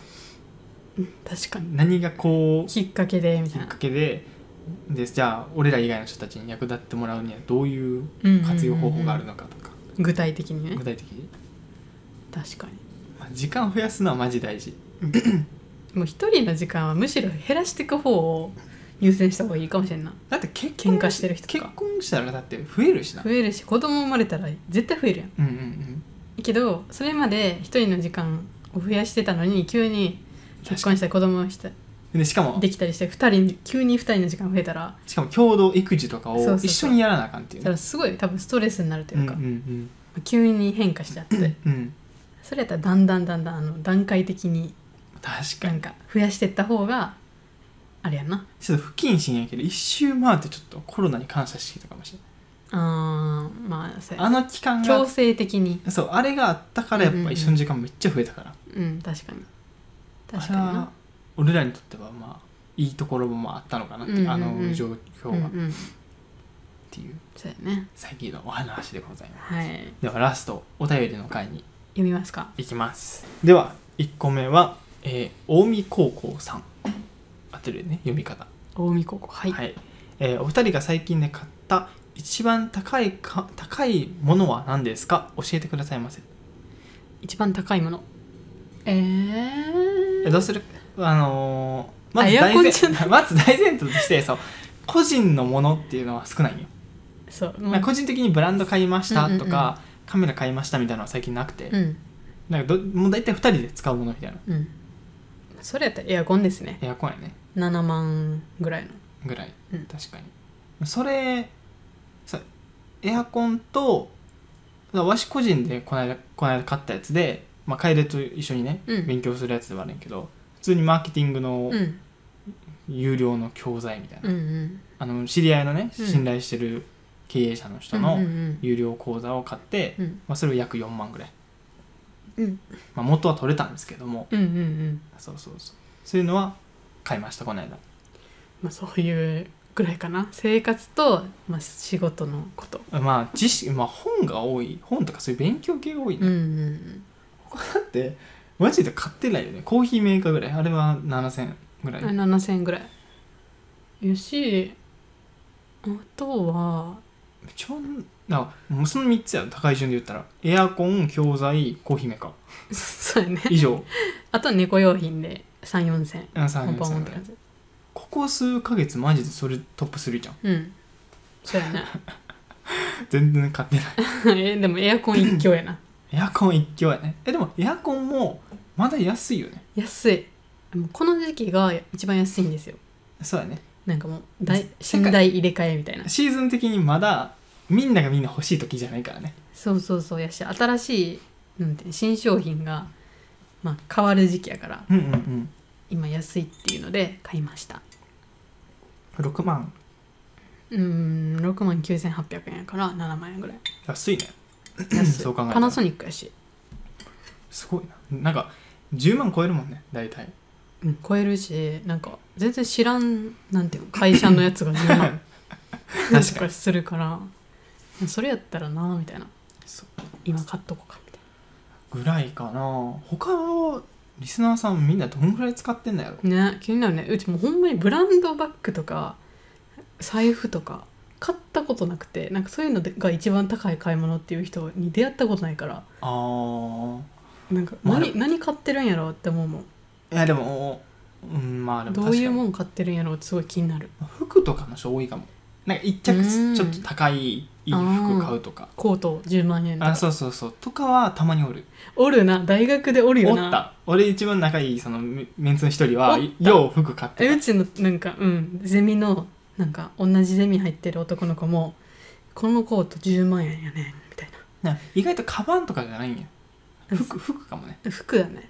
S2: 確かに
S1: 何がこう
S2: きっかけでみ
S1: き
S2: たい
S1: っ
S2: な
S1: かけででじゃあ俺ら以外の人たちに役立ってもらうにはどういう
S2: うんうんうんうん
S1: 活用方法があるのかとか、
S2: 具体的にね
S1: 具体的に、
S2: 確かに
S1: まあ、時間を増やすのはマジ大事
S2: もう一人の時間はむしろ減らしていく方を優先した方がいいかもしれんな
S1: だって結
S2: 喧
S1: 婚
S2: 嘩してる人と
S1: 結
S2: か
S1: 婚したらだって増えるしな
S2: 増えるし子供生まれたら絶対増えるやん
S1: うんうん
S2: けどそれまで一人の時間を増やしてたのに急に結婚したり子供した
S1: うんでしかも
S2: できたりして二人急に2人の時間増えたら
S1: しかも共同育児とか
S2: そうそ
S1: を
S2: うそう
S1: 一緒にやらなあかんっていう
S2: それ
S1: ね
S2: はすごい多分ストレスになるというか、
S1: うんうん
S2: 急に変化しちゃって
S1: うんうん
S2: それやったらだんだんだんだんあの段階的に
S1: 確か
S2: なん
S1: に
S2: か増やしてった方があれやな
S1: ちょっと不謹慎やけど一周回ってちょっとコロナに感謝してきたかもしれ
S2: あーまあそう
S1: ない
S2: や
S1: あの期間
S2: 強
S1: が
S2: 制的に
S1: そうあれがあったからやっ
S2: うんうん
S1: ぱ
S2: うん
S1: 一緒の時間めっちゃ増えたから、
S2: うん確かに確か
S1: あ
S2: に
S1: れは
S2: な
S1: 俺らにとってはまあいいところもあったのかなって、
S2: うんうんうん
S1: あの状況
S2: うんう
S1: はっ
S2: ん
S1: ていう
S2: そうやね
S1: 最近のお話でございます
S2: はい
S1: ではラストお便りの回に
S2: 読みますか
S1: 行きますでは1個目は、えー近江高校さん合ってるよね読み方
S2: 近江高校はい、
S1: はいえーお二人が最近で買った一番高いか高いものは何ですか教えてくださいませ
S2: 一番高いものえ
S1: え
S2: ー、
S1: どうするあのー (laughs) まず
S2: エアコ
S1: 大
S2: ン
S1: 前
S2: じゃな
S1: まず大前提としてそう個人のものっていうのは少ないんよ
S2: そう
S1: なんか個人的にブランド買いましたとか、
S2: うんうんうん
S1: カメラ買いましたみたいなのは最近なくて、
S2: うん
S1: なんかどもう大体2人で使うものみたいな
S2: うんそれやったらエアコンですね
S1: エアコンやね
S2: 7万ぐらいの
S1: ぐらい、
S2: うん
S1: 確かにそれさエアコンとだからわし個人でこの間この間買ったやつで、まあ、楓と一緒にね、
S2: うん
S1: 勉強するやつではあるんやけど普通にマーケティングの
S2: うん
S1: 有料の教材みたいな、
S2: うんうん
S1: あの知り合いのね
S2: うん
S1: 信頼してる経営者の人
S2: うんう
S1: の
S2: ん
S1: 有料講座を買って、
S2: うん
S1: まあ、それを約4万ぐらい、
S2: うん
S1: まあ、元は取れたんですけども
S2: うんうんうん
S1: そうそうそうそういうのは買いましたこの間
S2: まあそういうぐらいかな生活と、まあ、仕事のこと
S1: まあ知識まあ本が多い本とかそういう勉強系が多いね
S2: うんうん
S1: だってマジで買ってないよねコーヒーメーカーぐらいあれは7000ぐら
S2: う
S1: い、
S2: んあれ7000円ぐらいよしあとは
S1: ちょんあもうその3つや高い順で言ったらエアコン教材コーヒーメーカー
S2: そうやね
S1: 以上
S2: あとは猫用品で3 4千
S1: あ3
S2: ポンポ
S1: 3
S2: ンって
S1: ぐらい
S2: 感じ
S1: ここ数ヶ月マジでそれトップ3じゃん
S2: うんそうやね
S1: 全然買ってない
S2: えでもエアコン一強やな
S1: エアコン一強やねえでもエアコンもまだ安いよね
S2: 安いもうこの時期が一番安いんですよ
S1: そうやね
S2: なんかもう大
S1: 世
S2: 寝
S1: 界
S2: 台入れ替えみたいな
S1: シーズン的にまだみんながみんな欲しい時じゃないからね
S2: そうそうそうやし新しいなんていうの新商品が、まあ、変わる時期やから
S1: うんうんうん
S2: 今安いっていうので買いました
S1: 6万
S2: うーん6万9800円やから7万
S1: (clears throat)
S2: 円ぐらい
S1: 安いね
S2: 安い
S1: そう考えたら
S2: パナソニックやし、
S1: すごいななんか10万超えるもんね大体
S2: うん、超えるしなんか全然知らんなんていうの会社のやつが10万
S1: (laughs) 確か
S2: と
S1: に
S2: かするからそれやったらなみたいな
S1: そう
S2: 今買っとこうかみた
S1: ぐ
S2: い
S1: らいかな他のリスナーさんみんなどんぐらい使ってんだやろ
S2: なね気になるねうちもうほんまにブランドバッグとか財布とか買ったことなくてなんかそういうのが一番高い買い物っていう人に出会ったことないから
S1: あー
S2: なんか
S1: まあ
S2: 何,、何買ってるんやろうって思うもん
S1: いやでもうんまあでも
S2: どういうも
S1: ん
S2: ん買ってるんやろうってすごい気になる
S1: 服とかの人多いかもなんか一
S2: うん
S1: 着ちょっと高いいい服買うとか
S2: コート10万円と
S1: あ
S2: か
S1: そうそうそうとかはたまにおる
S2: おるな大学でおる
S1: お
S2: よな
S1: った俺一番仲いいそのメメンツの一人は
S2: おった
S1: よう服買って
S2: え
S1: た
S2: うちのなんかうんゼミのなんか同じゼミ入ってる男の子もこのコート10万円やねみたい
S1: な意外とカバンとかじゃないんや
S2: うん
S1: 服服かもね
S2: な服だね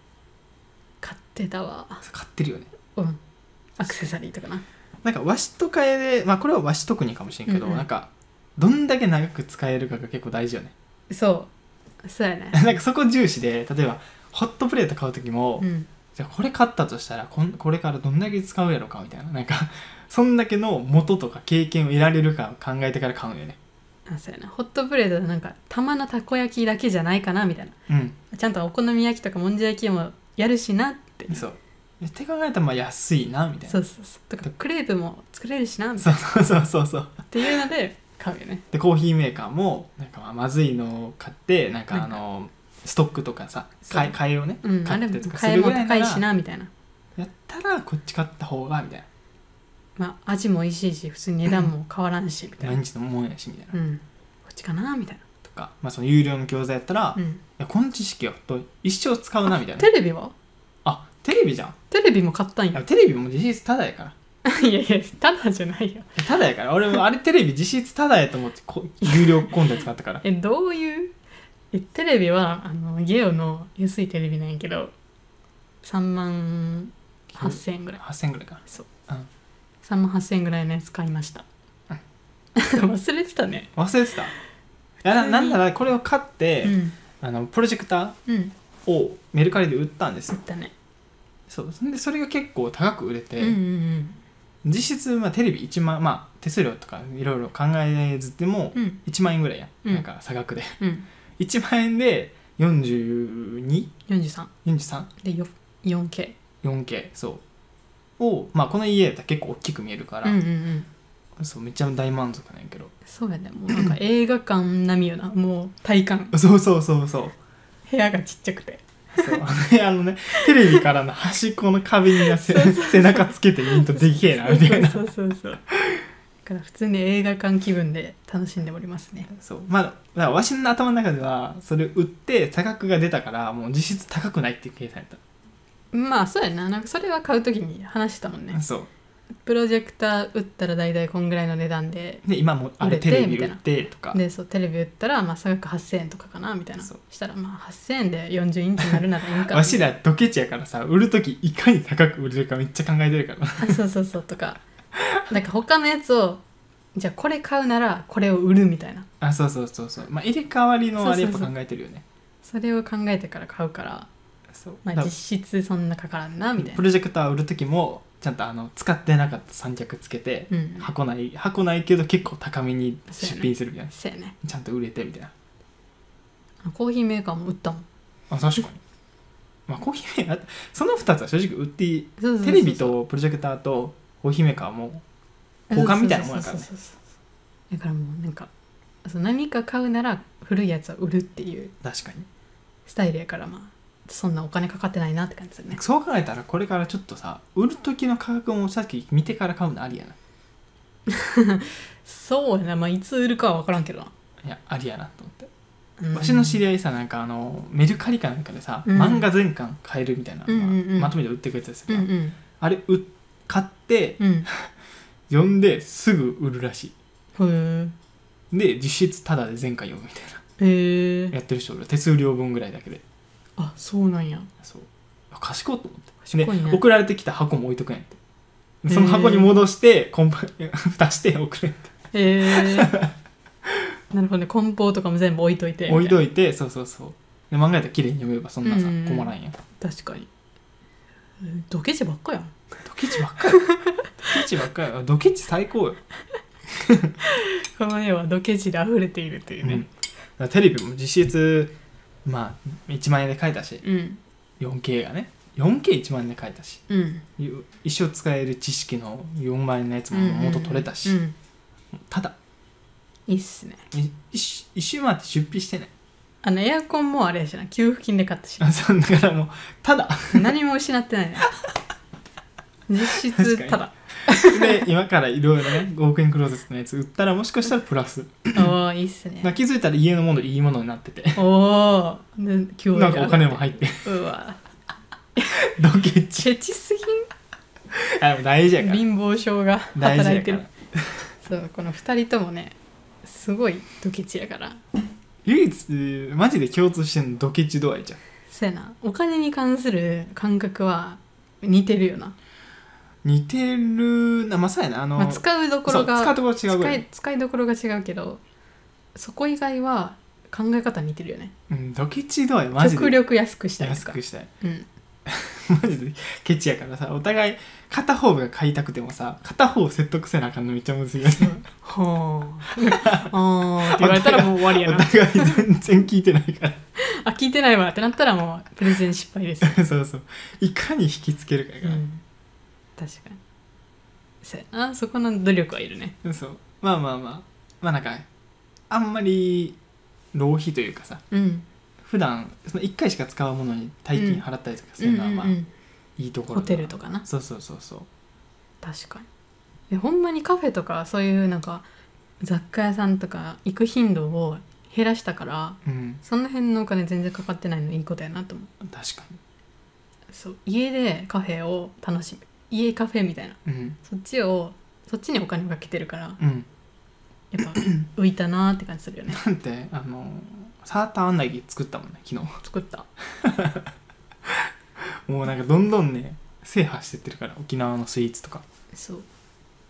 S2: 買ってたわ
S1: 買ってるよね
S2: うんアクセサリーとかな
S1: なんか和紙とかえでまあこれは和紙特にかもしれんけど、
S2: うんうん
S1: なんかどんだけ長く使えるかが結構大事よね
S2: そうそう (laughs) やね
S1: なんかそこ重視で例えばホットプレート買う時も、
S2: うん
S1: じゃあこれ買ったとしたらこんこれからどんだけ使うやろかみたいななんか (laughs) そんだけの元とか経験を得られるか考えてから買うんよね
S2: あそうやなホットプレートでなんか玉のたこ焼きだけじゃないかなみたいな
S1: うん
S2: ちゃんとお好み焼きとかもんじゃ焼きもやるしなって
S1: そうって考えたらまあ安いなみたいな
S2: そうそうそうとかクレープも作れるしなみたい
S1: そうそうそうそうそう
S2: なっていうので買うよね
S1: でコーヒーメーカーもなんかまあまずいのを買ってなんかあのストックとかさ
S2: そう
S1: 買い替えをね、
S2: うんあ
S1: 買
S2: れ
S1: って
S2: も
S1: とかす
S2: 買い
S1: るぐ
S2: も
S1: らいな
S2: 高い
S1: ら
S2: しなみたいな
S1: やったらこっち買った方がみたいな
S2: まあ味も美味しいし普通に値段も変わらんしみたい
S1: 毎
S2: な、
S1: 日のもんやしみたいな、
S2: うん、こっちかなみたい
S1: とか、まあ、その有料の教材やったら、
S2: な、う
S1: い
S2: ん、
S1: やこの知識をと一生使うなみたいな
S2: テレビは
S1: あテレビじゃん
S2: テレビも買ったん
S1: いや
S2: や
S1: テレビも実質ただやから
S2: (laughs) いやいやただじゃないよ
S1: ただやから俺もあれテレビ実質ただやと思ってこ有料コンテンツ買ったから
S2: えどういうえテレビはあのゲオの安いテレビなんやけど3万8000円ぐらい
S1: 8000ぐらいかな
S2: 3万8000円ぐらいのやつ買いました
S1: う
S2: (laughs) 忘れてたね
S1: 忘れてたいやななんならこれを買って、
S2: うん
S1: あのプロジェクタ
S2: うん
S1: ーをメルカリで売ったんです
S2: だ
S1: よ
S2: ったね
S1: そうそんでそれが結構高く売れ
S2: う
S1: て、
S2: んうん
S1: 実質、まあ、テレビ1万まあ手数料とかいろいろ考えずでも
S2: うんうん
S1: 1万円ぐらいや、
S2: うん
S1: なんか差額で
S2: うん
S1: 1万円で 42?43?4K
S2: 43でよ 4K
S1: そうをまあこの家だったら結構大きく見えるか
S2: う
S1: ら、
S2: んうんうん
S1: そうめっちゃ大満足なんやけど
S2: そうやねもうなんか映画館並みよなもう体感
S1: そうそうそうそう
S2: 部屋がちっちゃくて
S1: そうあのねテレビからの端っこの壁にねせ背中つけてみんとでけえなみたいな
S2: そうそうそうそうから普通に映画館気分で楽しんでおりますね
S1: そうまあだからわしの頭の中ではそれ売って差額が出たからもう実質高くないっていう計算やっ
S2: まあそうやななんかそれは買う時に話してたもん
S1: た、
S2: ね
S1: そう
S2: プロジェクター売ったら大体こんぐらいの値段で
S1: で今もうあ
S2: 売
S1: れ
S2: れて
S1: テレビ
S2: みた
S1: 売
S2: い
S1: っ
S2: な
S1: てとか
S2: でそうテレビ売ったらまあ差額8,000円とかかなみたいな
S1: そう
S2: したらまあ8,000円で40インチになるならいいんか
S1: わしらドケチやからさ売る時いかに高く売れるかめっちゃ考えてるから
S2: あそうそうそうとかなんか他のやつをじゃあこれ買うならこれを売るみたいな
S1: あそうそうそうそうまあ入れ替わりのあれやっぱ考えてるよね
S2: それを考えてから買うから、
S1: そう
S2: ま
S1: だ
S2: あ、
S1: か
S2: 実質そんなかからんなみた
S1: ら
S2: い
S1: プ
S2: な、
S1: ロジェクター売る時もちゃんとあの使ってなかった三脚つけて
S2: うん、
S1: 箱ない箱ないけど結構高めに出品するみたいな、
S2: そうやね
S1: ちゃんと売れてみたいな
S2: あコーヒーメーカーも売ったもん
S1: あ確かにまあコーヒーメーカーその2つは正直売っていい
S2: そうそうそうそ
S1: テ
S2: う
S1: レビとプロジェクターとコーヒーメーカーも交換みたいなもんやからね
S2: そうそうそうそうだからもうなんかそう何か買うなら古いやつは売るっていう
S1: 確かに
S2: スタイルやからまあそんなお金かかってないなって感じだね
S1: そう考えたらこれからちょっとさ売る時の価格もさっき見てから買うのありやな
S2: そうやなまあいつ売るかは分からんけどない
S1: やありやなと思って、
S2: うん
S1: わしの知り合いさなんかあのメルカリかなんかでさ、
S2: うん
S1: 漫画全巻買えるみたいなのが
S2: うんうんうん
S1: まとめて売ってくれてたんですよ、
S2: うんうん
S1: あれう買って
S2: うん
S1: 読んですぐ売るらし
S2: ふー
S1: いで実質タダで全巻読むみたいな
S2: へ
S1: (laughs)
S2: え
S1: やってる人おる手数料分ぐらいだけで
S2: あそうなんや
S1: そうあ賢いと思って
S2: 賢いね
S1: で送られてきた箱も置いとくねんって
S2: へー
S1: その箱に戻してコンパ (laughs) 蓋して送れんって
S2: へえ (laughs) なるほどね梱包とかも全部置いといて
S1: (laughs) 置いと
S2: い
S1: いてそうそうそうで漫画やったら綺麗に読めばそんなさ
S2: うん
S1: 困らんやん
S2: 確かにえードケチばっかやん
S1: ドケチばっかりドケチばっかりあドケチ最高よ、
S2: この絵はドケチで溢れているという
S1: うんだ
S2: ね
S1: からテレビも実質まあ1万円で買えたし
S2: うん、
S1: 4K がね 4K1 万円で買えたし
S2: うん、
S1: いう一生使える知識の4万円のやつも元取れたし、
S2: うんうん
S1: ただ
S2: いいっすね
S1: い一一周回って出費してない
S2: あのエアコンもあれやしな給付金で買ったし
S1: (laughs) あそうだからもうただ
S2: 何も失ってないね実
S1: 確
S2: 質
S1: かに
S2: ただ (laughs)
S1: で今からいろいろね5億円クローゼットのやつ売ったらもしかしたらプラス
S2: おおいいっすね
S1: な気づいたら家のものいいものになってて
S2: おおなん
S1: なんかお金も入って
S2: うわ
S1: ドケチ
S2: ケチす
S1: あでも大事
S2: ぎ
S1: や
S2: ん (laughs)
S1: から
S2: 貧乏症が
S1: 大事
S2: 働
S1: や
S2: いて
S1: か
S2: る
S1: ら
S2: そうこの2人ともねすごいドケチやから
S1: 唯一マジで共通してんのドケチ度合いじゃん
S2: そうやなお金に関する感覚は似てるよな、
S1: 似てるなまあそうやなあの、
S2: まあ、使うどころが
S1: そう使うところ違うぐら
S2: 使
S1: い
S2: い、使いどころが違うけどそこ以外は考え方似てるよね
S1: うん、ドケチ度合いマジ
S2: 極
S1: で
S2: 力安くしたりと
S1: 安
S2: か
S1: くしたい
S2: うん、
S1: (laughs) マジでケチやからさお互い片方が買いたくてもさ片方を説得せなあかんのめっちゃむずいよね
S2: はああーって言われたらもう終わりや
S1: お
S2: な
S1: 互い全然聞いてないから
S2: あ聞いてないわってなったらもうプレゼン失敗です、
S1: (laughs) そうそういかに引きつけるかや
S2: う
S1: から、
S2: ん、確かにそうやなそこの努力はいるね
S1: そうまあまあまあまあなんかあんまり浪費というかさ
S2: うん
S1: 普段その1回しか使うものに大金払ったりとかす
S2: うん
S1: る
S2: う
S1: のは
S2: ん
S1: まあ
S2: うん
S1: いいところ
S2: ホテル
S1: か
S2: とかな
S1: そうそうそうそう
S2: 確かにえほんまにカフェとかそういうなんか雑貨屋さんとか行く頻度を減らしたから
S1: うん
S2: その辺のお金全然かかってないのいいことやなと思う
S1: 確か
S2: そう家でカフェを楽しむ家カフェみたいな
S1: にうん
S2: そっちをそっちにお金をかけてるから
S1: うん (clears throat)
S2: やっぱ浮いたなーって感じするよね
S1: なんてあのサーターアンダギー作ったもんね昨日
S2: 作った
S1: もうなんかどんどんね制覇してってるから沖縄のスイーツとか
S2: そう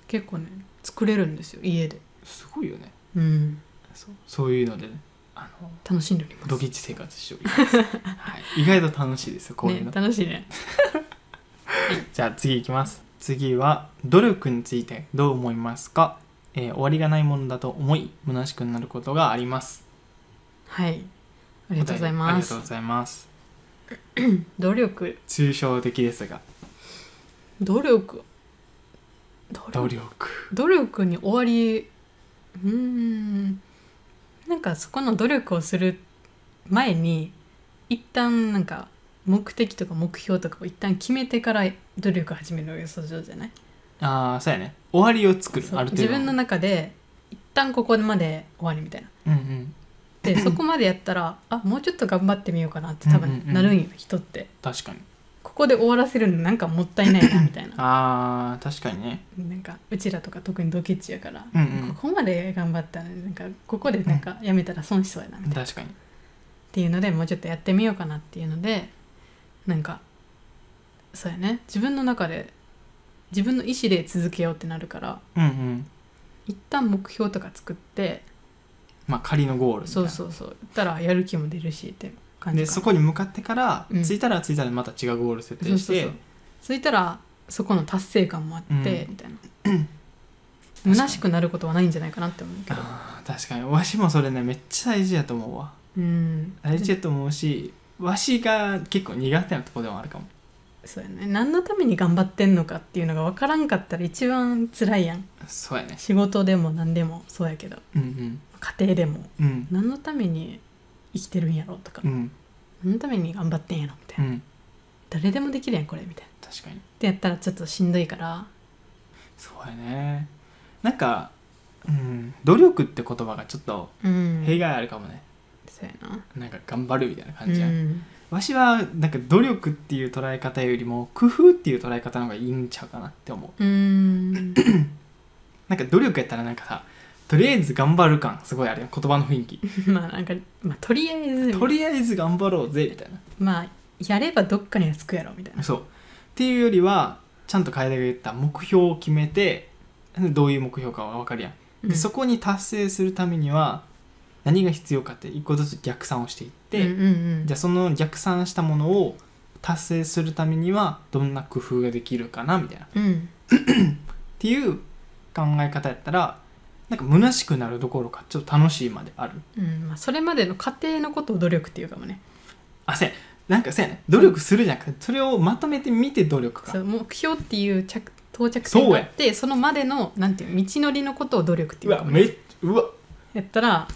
S2: 結構ね作れるんですよ家です
S1: ごいよね
S2: うん
S1: そうそういうのでねあの
S2: 楽しんでおります
S1: ドキッチ生活しております、はい、意外と楽しいですよこういうの、
S2: ね楽しいね
S1: じゃあ次いきます次は努力についてどう思いますか、えー終わりがないものだと思い虚しくなることがあります
S2: はいあ
S1: あ
S2: りがとうござい
S1: あ
S2: ま
S1: りがと
S2: す
S1: うございます
S2: 努力
S1: 抽象的ですが
S2: 努力
S1: 努力
S2: 努力に終わりうーんなんかそこの努力をする前に一旦なんか目的とか目標とかを一旦決めてから努力始めるのが予想上じゃない
S1: ああそうやね終わりを作る
S2: そう
S1: ある程度
S2: 自分の中で一旦ここまで終わりみたいな
S1: うんうん
S2: でそこまでやったらあもうちょっと頑張ってみようかなって多
S1: うんうんう
S2: 分
S1: ん
S2: なるんよ人って
S1: 確かに
S2: ここで終わらせるのなんかもったいないなみたい
S1: (laughs)
S2: な
S1: あー確かにね
S2: なんかうちらとか特にドケチやから、
S1: うんうん
S2: ここまで頑張ったらなんかここでなんかやめたら損しそうやなみたいな、っ
S1: 確かに
S2: ていうのでもうちょっとやってみようかなっていうのでなんかそうやね自分の中で自分の意思で続けようってなるから
S1: うんうん
S2: 一旦目標とか作って
S1: まあ仮のゴールみたい
S2: そう
S1: な
S2: そうそう言ったらやる気も出るしって感じ
S1: でそこに向かってから、
S2: うん
S1: 着いたら着いたらまた違うゴール設定して
S2: そうそうそうついたらそこの達成感もあって、
S1: うん
S2: みたいな虚しくなることはないんじゃないかなって思うけど
S1: あー確かにわしもそれねめっちゃ大事やと思うわ
S2: うん
S1: 大事やと思うしわしが結構苦手なとこでもあるかも
S2: そうやね何のために頑張ってんのかっていうのが分からんかったら一番辛いやん
S1: そうやね
S2: 仕事でも何でもそうやけど
S1: うん
S2: 家庭でも
S1: うんうん
S2: 何のために生きてるんやろとか、
S1: うん
S2: 何のために頑張ってんやろみたいうな、
S1: ん
S2: 誰でもできるやんこれみたいな
S1: 確かに
S2: ってやったらちょっとしんどいから
S1: そうやねなんか、うん、努力って言葉がちょっと
S2: うん
S1: 弊害あるかもね、
S2: そうやな
S1: なんか頑張るみたいな感じ
S2: う
S1: や、
S2: ん
S1: わしはなんか努力っていう捉え方よりも工夫っていう捉え方の方がいいんちゃうかなって思う
S2: うん
S1: なんか努力やったらなんかさとりあえず頑張る感すごいあるやん言葉の雰囲気
S2: (laughs) まあなんか、まあ、とりあえず
S1: とりあえず頑張ろうぜみたい
S2: まあやればどっかにはつくやろみたいな
S1: なそうっていうよりはちゃんと楓が言った目標を決めてどういう目標かは分かるやんで、
S2: うん
S1: そこに達成するためには何が必要かって一個ずつ逆算をしていって、
S2: うんうんうん
S1: じゃあその逆算したものを達成するためにはどんな工夫ができるかなみたいなっ
S2: うん
S1: ていう考え方やったらなんか虚しくなるどころかちょっと楽しいまである
S2: うんまあ、それまでの過程のことを努力っていうかもね
S1: あせやなんかせやね努力するじゃなくてそれをまとめて見て努力
S2: そ
S1: か
S2: う目標っていう着到着点があってそのまでのなんていう道のりのことを努力って
S1: う
S2: いう
S1: わ
S2: かもね
S1: めっうわ
S2: やったら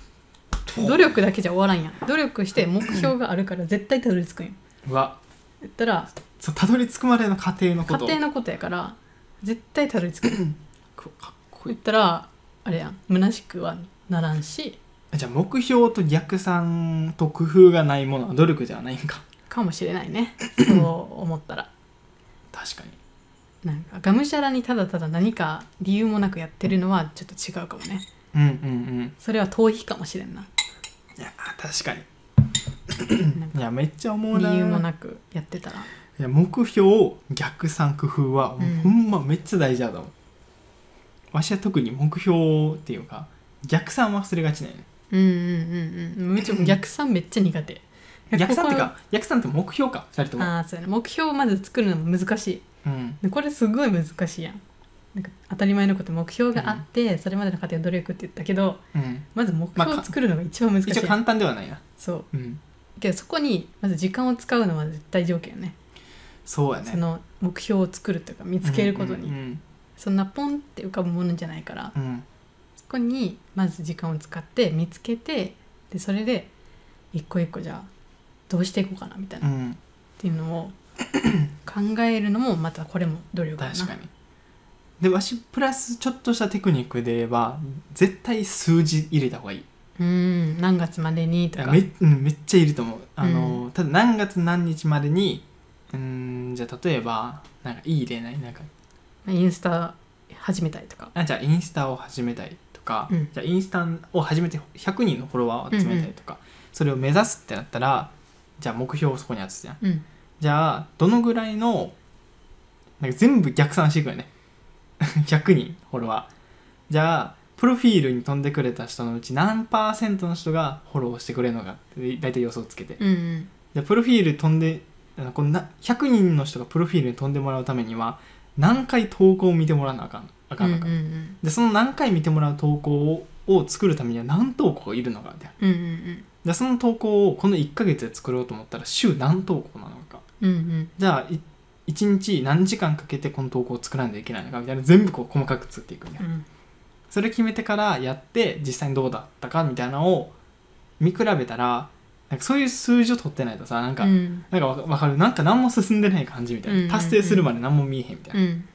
S2: 努力だけじゃ終わらんやん努力して目標があるから絶対たどり着くんよ
S1: うわ
S2: やったら
S1: そうたどり着くまでの過程の
S2: 家
S1: こと
S2: 庭のことやから絶対たどり着くんよ
S1: こかっこい
S2: 言
S1: い
S2: ったらあれやん虚しくはならんし
S1: じゃあ目標と逆算と工夫がないものは努力ではないんか
S2: かもしれないねそう思ったら
S1: 確かに
S2: なんかがむしゃらにただただ何か理由もなくやってるのはちょっと違うかもね
S1: うんうん
S2: それは逃避かもしれんな
S1: うんいや確かに
S2: なん
S1: (coughs)
S2: か
S1: いやめっちゃ思うな
S2: 理由もなくやってたら
S1: いや目標を逆算工夫は、
S2: うん
S1: ほんまめっちゃ大事だと思うわしは特に目標っていうか逆算忘れがちなんよね
S2: うんうんうんうんうちも逆算めっちゃ苦手
S1: 逆算ってか逆算って目標か2人と
S2: ここ
S1: も
S2: ああそうやね目標をまず作るのも難し
S1: うん
S2: いこれすごい難しいやんなんか当たり前のこと目標があって、それまでの過程を努力って言ったけど
S1: うん
S2: まず目標を作るのが一番難しい
S1: 一
S2: や
S1: 応
S2: ん、
S1: 簡単ではないな
S2: そ
S1: う
S2: う
S1: ん
S2: けどそこにまず時間を使うのは絶対条件よね
S1: そうや
S2: そ
S1: ね
S2: の目標を作るというか見つけることに、
S1: うん
S2: そんなポンって浮かぶものじゃないから
S1: うんうん
S2: そこにまず時間を使って見つけてでそれで一個一個じゃあどうしていこうかなみたいな
S1: う
S2: っ
S1: ん
S2: ていうの
S1: (clears throat)
S2: を考えるのもまたこれも努力だな
S1: 確かにでわしプラスちょっとしたテクニックで言えば絶対数字入れた方がいいう
S2: ーん何月までにとか
S1: めうんめっちゃいると思うあの、
S2: う
S1: ただ何月何日までにうーんじゃあ例えばなんかいい例ないなんか
S2: インスタ始めたりとか
S1: あじゃあインスタを始めたいとか、
S2: うん
S1: じゃあインスタを始めて100人のフォロワーを集めたりとか、それを目指すってなったらじゃあ目標をそこに当てたじゃん
S2: うん
S1: じゃあどのぐらいのなんか全部逆算していくよね (laughs) 100人フォロワーじゃあプロフィールに飛んでくれた人のうち何パーセントの人がフォローしてくれるのかって大体予想つけて
S2: うんうん
S1: じゃあプロフィール飛んであのこんな100人の人がプロフィールに飛んでもらうためには何回投稿を見てもらわなあかんあ
S2: う
S1: か
S2: ん
S1: んの
S2: うん
S1: か、
S2: うん
S1: でその何回見てもらう投稿をを作るためには何投稿いるのかみたいな
S2: うんうん
S1: でその投稿をこの1ヶ月で作ろうと思ったら週何投稿なのか
S2: うんうん
S1: じゃあい1日何時間かけてこの投稿を作らないといけないのかみたいな全部こう細かく作っていくみたいな
S2: うん
S1: それ決めてからやって実際にどうだったかみたいなのを見比べたらなんかそういう数字を取ってないとさなんか、
S2: うん
S1: なんかわかわかるなんか何も進んでない感じみたいな、
S2: うんうんうん
S1: 達成するまで何も見えへんみたいな、
S2: うん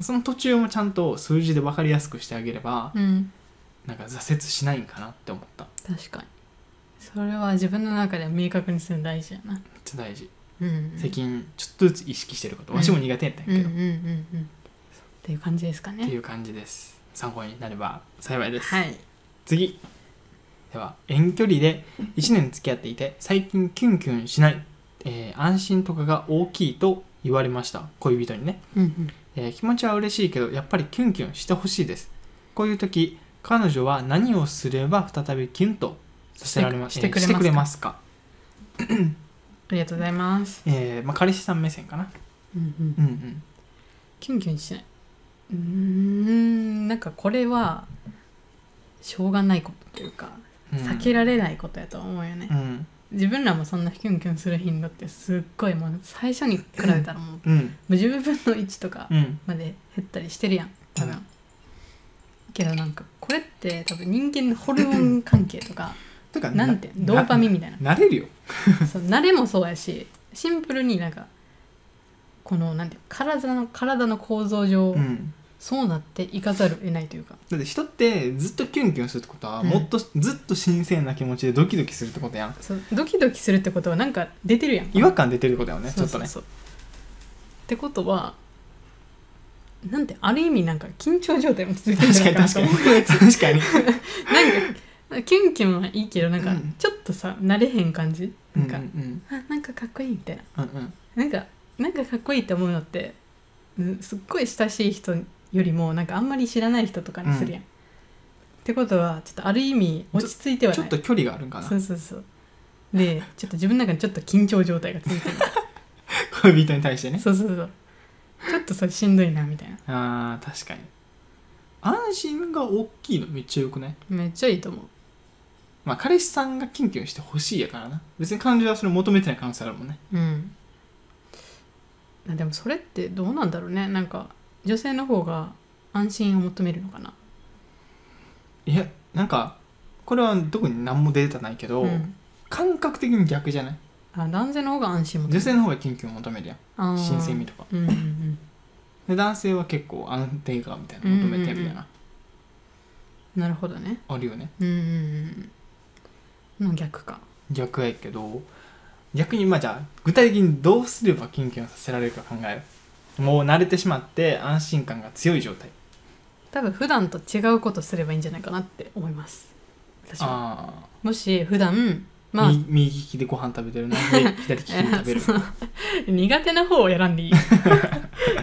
S1: その途中もちゃんと数字で分かりやすくしてあげれば、
S2: うん
S1: なんか挫折しないんかなって思っためっ
S2: 確かにそれは自分の中では明確にするの大事やな
S1: ちゃ大事
S2: うん
S1: 最近ちょっとずつ意識してることわしも苦手やったん
S2: う
S1: や
S2: んう
S1: け
S2: んう
S1: ど、
S2: んうんっていう感じですか
S1: ってい
S2: ね
S1: う感じです参考になれば幸いです、
S2: はい
S1: 次では遠距離で1年付き合っていて最近キュンキュンしない、えー安心とかが大きいと言われました恋人にね、
S2: うんうん
S1: えー気持ちは嬉しいけどやっぱりキュンキュンしてほしいですこういう時彼女は何をすれば再びキュンとさせられま
S2: して
S1: えーして
S2: く
S1: く
S2: れ
S1: れ
S2: ま
S1: ますか、
S2: ありがとうございます
S1: えーまあ、彼氏さん目線かな
S2: うんうん
S1: うんうん
S2: キュンキュンしないうーんなんかこれはしょうがないことというか
S1: うん
S2: 避けられないことやと思うよね
S1: う、ん
S2: 自分らもそんなキュンキュンする頻度ってすっごいもう最初に比べたらもう
S1: うん
S2: 10分の1とか
S1: うん
S2: まで減ったりしてるやん多分、
S1: うん
S2: けどなんかこれって多分人間のホルモン関係とか
S1: てか
S2: なんてドーパミンみたいな
S1: なれるよ
S2: そう慣れもそうやしシンプルになんかこのなんていうか体の体の構造上、
S1: うん
S2: そうなっていかざるを得ないというか
S1: だって人ってずっとキュンキュンするってことは、
S2: うん
S1: もっとずっと新鮮な気持ちでドキドキするってことやん
S2: そうドキドキするってことはなんか出てるやん
S1: 違和感出てるってことやよね
S2: そうそう
S1: ちょっ
S2: そうってことはなんてある意味なんか緊張状態も続いてるんじゃないかなと思う (laughs)
S1: とね確かに
S2: なんかキュンキュンはいいけどなんか
S1: うん
S2: ちょっとさ、慣れへん感じなんか、
S1: うんうん
S2: あなんかかっこいいみたいな
S1: うんうん
S2: なんかなんかかっこいいって思うのって、うん、すっごい親しい人よりもなんかあんまり知らない人とかにするやん、ってことはちょっとある意味落ち着いては
S1: ちょ
S2: な
S1: っ
S2: い
S1: と距離があるんかな
S2: そうそうそうでちょっと自分の中にちょっと緊張状態が続いてる
S1: 恋人に対してね
S2: そうそうそうちょっとそれしんどいなみたいな
S1: あー確かに安心が大きいのめっちゃよくない
S2: めっちゃいいと思う
S1: まあ彼氏さんがキュンキュンしてほしいやからな別に彼女はそれ求めてない可能性あるもんね
S2: うんあでもそれってどうなんだろうねなんか女性の方が安心を求めるのかない
S1: やなんかこれは特に何もデータないけど、
S2: ん、
S1: 感覚的に逆じゃない
S2: あ男性の方が安心を求め
S1: 女
S2: る
S1: 性の方がキュンキュン求めるやん
S2: あー
S1: 新鮮味とか
S2: うんうんうん
S1: で男性は結構安定感みたいなの求めてみたいな、
S2: うんうんうんなるほどね
S1: あるよね
S2: うんうんうんの逆か
S1: 逆やけど逆にまあじゃあ具体的にどうすればキュンキュンさせられるか考えるもう慣れてしまって安心感が強い状態
S2: 多分普段と違うことすればいいんじゃないかなって思います私は
S1: あ
S2: もし普段
S1: あ、
S2: まあ
S1: 右右利きでご飯食べて
S2: (laughs)
S1: るなで左利きで食べる
S2: そう (laughs) 苦手な方を選んでいい (laughs)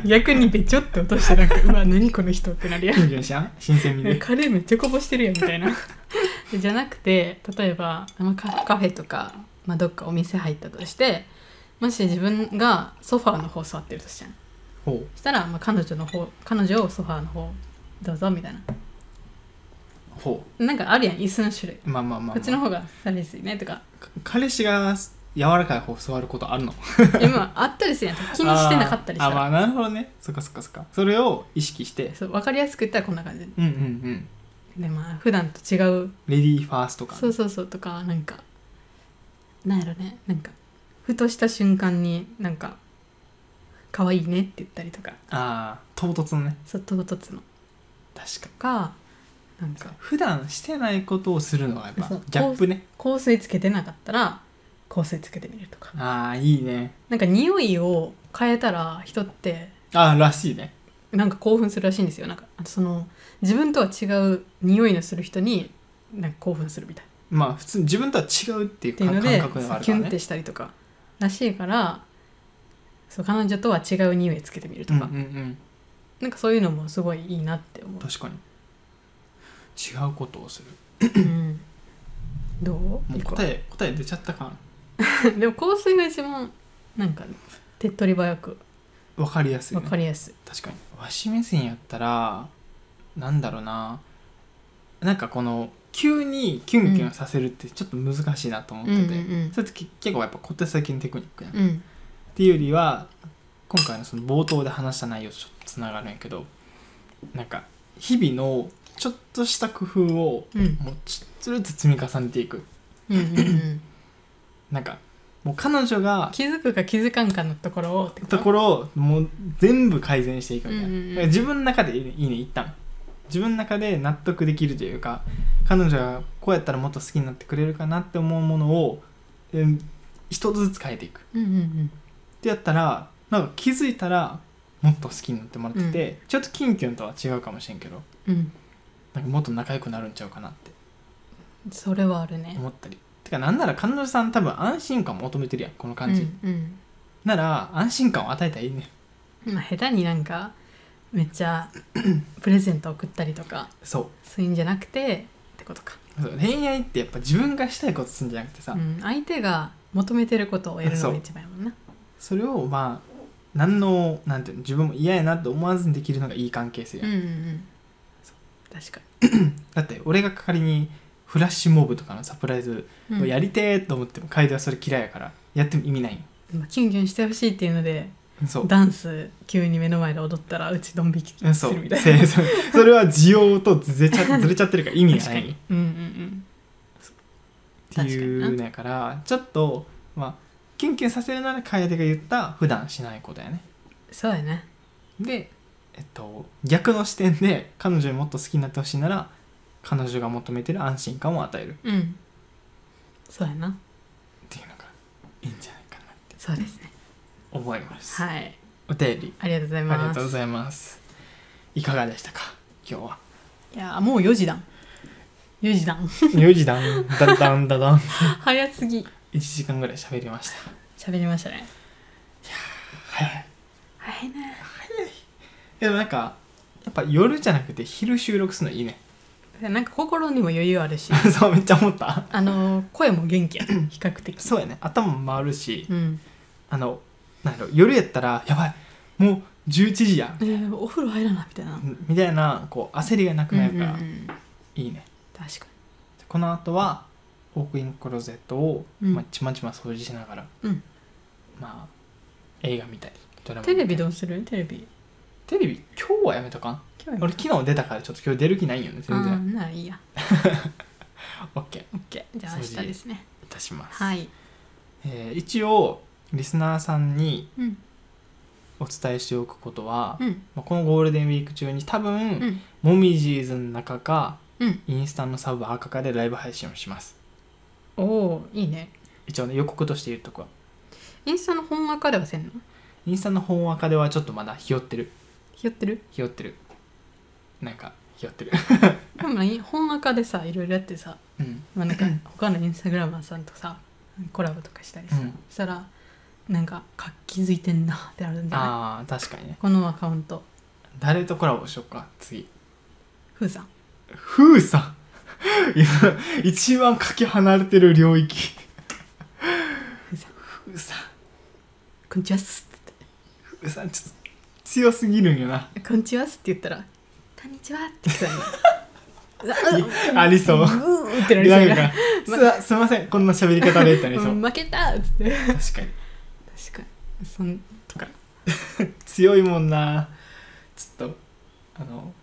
S2: 逆にべちょって落としてなんかうわ何この人ってなるやん
S1: キュンキュンしやん新鮮味で
S2: カレーめっちゃこぼしてるやんみたいな (laughs) じゃなくて例えば、まあ、カカフェとか、まあ、どっかお店入ったとしてもし自分がソファーの方座ってるとしたら
S1: ほ
S2: そしたら、まあ、彼女の方彼女をソファーの方どうぞみたいな
S1: うほ
S2: なんかあるやん椅子の種類
S1: うまあまあまあ、まあ、
S2: こっちの方がされやすいねとか
S1: 彼氏が柔らかい方座ることあるの
S2: い
S1: (laughs)
S2: やまああったりするやん気にしてなかったりし
S1: あ
S2: た
S1: ーあ
S2: ら、
S1: まあなるほどねそっかそっかそっかそれを意識して
S2: そう分かりやすく言ったらこんな感じ
S1: うんうんうん
S2: でまあ普段と違う
S1: レディーファースト感
S2: そうそうそうとかなんかなんやろねなんかふとした瞬間になんか可愛いねって言ったりとか
S1: ああ唐突のね
S2: そう唐突の
S1: 確か
S2: とかなんか
S1: 普段してないことをするのはやっぱ
S2: そう
S1: ギャップね
S2: 香水つけてなかったら香水つけてみるとか
S1: ああいいね
S2: なんか匂いを変えたら人って
S1: ああらしいね
S2: なんか興奮するらしいんですよなんかその自分とは違う匂いのする人になんか興奮するみたい
S1: まあ普通自分とは違うっていう
S2: っていう
S1: 感
S2: ので
S1: 感覚がある
S2: キ
S1: から
S2: ュンっ
S1: ね
S2: てしたりとからしいからそう彼女とは違う匂いつけてみると
S1: うん
S2: か、
S1: うんうん
S2: なんかそういうのもすごいいいなって思う。
S1: 確かに違うことをする
S2: うん、どう
S1: もう答え答え出ちゃったか
S2: いいか (laughs) でも香水が一番なんか手っ取り早く
S1: 分かりやすい、
S2: わ
S1: ね、
S2: かりやすい。
S1: 確かにわし目線やったらなんだろうななんかこの急にキュンキュンさせるってちょっと難しいなと思ってて、
S2: うんうんうん
S1: それって結結構やっぱ小手先のテクニックやん
S2: うん
S1: っていうよりは今回のその冒頭で話した内容とちょっとつながるんやけどなんか日々のちょっとした工夫を
S2: うん
S1: もうちょっとずつ積み重ねていく
S2: うんうんうん
S1: なんかもう彼女が
S2: 気づくか気づかんかのところをってこと
S1: ところをもう全部改善していくみたいな、
S2: うんうんう
S1: だ
S2: ん
S1: から自分の中でいいねいいね一旦自分の中で納得できるというか彼女がこうやったらもっと好きになってくれるかなって思うものを、うん、一つずつ変えていくっ
S2: うんうん
S1: てやったらなんか気づいたらもっと好きになってもらってて、ちょっとキュンキュンとは違うかもしれんけど
S2: うんうん
S1: なんかもっと仲良くなるんちゃうかなって
S2: それはあるね
S1: 思ったりてかなんなら彼女さん多分安心感を求めてるやんこの感じ、
S2: うん
S1: なら安心感を与えたらいいね
S2: うんまあ、下手になんかめっ
S1: (clears throat)
S2: ちゃプレゼント送ったりとか
S1: そう
S2: そういうんじゃなくてってことか、
S1: そう恋愛ってやっぱ自分がしたいことするんじゃなくてさ、
S2: うん、相手が求めてることをやるの
S1: そう
S2: が一番やもんな
S1: それをまあ何のなんていうの自分も嫌やなと思わずにできるのがいい関係性や、
S2: うんうんうん確か
S1: だって俺が仮にフラッシュモブとかのサプライズ
S2: に、うん
S1: をやりてーと思っても楓はそれ嫌いやからやっても意味ないんよ
S2: まあキュンキュンしてほしいっていうので
S1: そう
S2: ダンス急に目の前で踊ったらうちドン引き
S1: うん (laughs) そ
S2: す
S1: う
S2: るみたい
S1: せそうそれは需要とずれちゃずれちゃってるから意味
S2: な
S1: がないっ
S2: うんうんうん
S1: ていうのやからちょっとまあキュンキュンさせるなら楓が言った普段しないことやね
S2: そうやね
S1: で、えっと、逆の視点で彼女にもっと好きになってほしいなら彼女が求めてる安心感を与えるっ
S2: うんそうやな
S1: ていうのがいいんじゃないかなって
S2: そうですね
S1: 思います、
S2: はい
S1: お便り
S2: ありがとうござい
S1: あり
S2: ます
S1: がとうございますいかがでしたか今日 (laughs) は
S2: いやーもう4時だん4時だ (laughs) ん
S1: 4時だんだんだんだだん (laughs)
S2: 早すぎ
S1: 1時間ぐらい喋りました
S2: 喋りましたね
S1: はい
S2: 早いね
S1: でもなんかやっぱ夜じゃなくて昼収録するのいいね (laughs)
S2: なんか心にも余裕ある (laughs) し
S1: そうめっちゃ思った
S2: あのー声も元気やね比較的
S1: そうやね頭も回るし
S2: うん、
S1: あのなんやろ夜やったらやばいもう11時や
S2: えーお風呂入らなみたいな
S1: みたいなこう焦りがなくなるから、
S2: うんうんうん
S1: いいね
S2: 確か
S1: この後はウォークインクローゼットを、
S2: うん
S1: まあ、ちまちま掃除しながら、
S2: うん
S1: まあ映画見たりドラマ見た
S2: にテ
S1: り
S2: レビどうするテレビ
S1: テレビ今日はやめとかん
S2: 今日
S1: 俺昨日出たからちょっと今日出る気ないんよね全
S2: 全
S1: 然
S2: 然ならいいや
S1: OK い
S2: オッケーじゃあ明日ですね
S1: たします、
S2: はい
S1: えー一応リスナーさんに
S2: うん
S1: お伝えしておくことは、
S2: うん
S1: まあ、このゴールデンウィーク中に多分、
S2: うん
S1: モミジーズの中か
S2: うん
S1: インスタのサブ赤かでライブ配信をします
S2: おおーいいね
S1: 一応ね予告として言っとくわ
S2: インスタの本垢ではせんの
S1: インスタの本赤ではちょっとまだひよってる
S2: ひよってる
S1: ひよってるなんかひよって (laughs) る
S2: でもない本垢でさいろいろやってさ
S1: うん
S2: まあ、なんか他のインスタグラマーさんとさコラボとかしたりさ、
S1: うん
S2: したらなんか活気づいてんなってあるんだ、ね、
S1: あー確かにね
S2: このアカウント
S1: 誰とコラボしよっか次
S2: ふうさん
S1: ふうさん (laughs) 今一番かけ離れてる領域
S2: ふうさん
S1: ふうさん
S2: 「こんにちはっす」って
S1: ふうさんちょっと強すぎるんよな
S2: 言って「こんにちはっす」って言ったら「こんにちは」って来たんだ
S1: (laughs) ありそう
S2: うーってなりそう
S1: な
S2: や
S1: んか
S2: な
S1: (laughs) すすいませんこんな喋り方で言ったりそう
S2: うん負けたっつって
S1: 確かに
S2: 確かにそん
S1: 強いもんなちょっとあの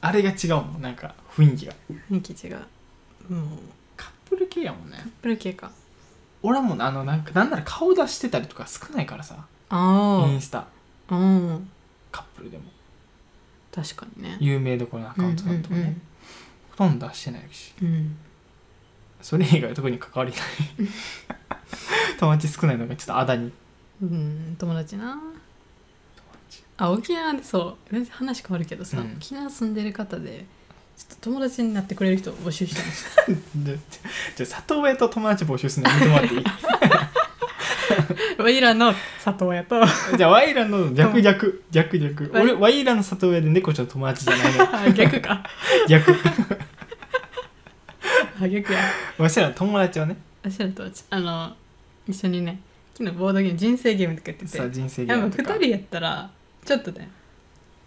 S1: あれが違うもんなんか雰囲気が
S2: 雰囲気違うもう
S1: カップル系やもんね
S2: プル系か
S1: 俺はもうあのなんかなんなら顔出してたりとか少ないからさイ
S2: あ
S1: ンスタ
S2: あうん
S1: カップルでも
S2: 確かにね
S1: 有名どころのアカウントさんとかね、ほとんど出してないし
S2: うんうんうん
S1: それ以外は特に関わりない (laughs) 友達少ないのがちょっとあだに
S2: うん、うん、友達な
S1: 友達
S2: あ沖縄でそう全然話変わるけどさ、
S1: うん
S2: 沖縄住んでる方でちょっと友達になってくれる人を募集して
S1: (laughs)
S2: ます
S1: でじゃあ里親と友達募集するのやめてもらってい (laughs) い
S2: ワイラの里親と
S1: じゃあワイラの逆逆逆逆
S2: ワイ
S1: 俺ワイラの里親で猫ちゃんの友達じゃないの
S2: あ逆か
S1: (laughs) 逆
S2: あ逆や
S1: わしらの友達はね
S2: 私らとはちあの一緒にね昨日ボードゲーム人生ゲームとかやってて
S1: さ人生ゲ
S2: や
S1: ー
S2: っ
S1: ム
S2: ぱ
S1: とか
S2: 2人やったらちょっとね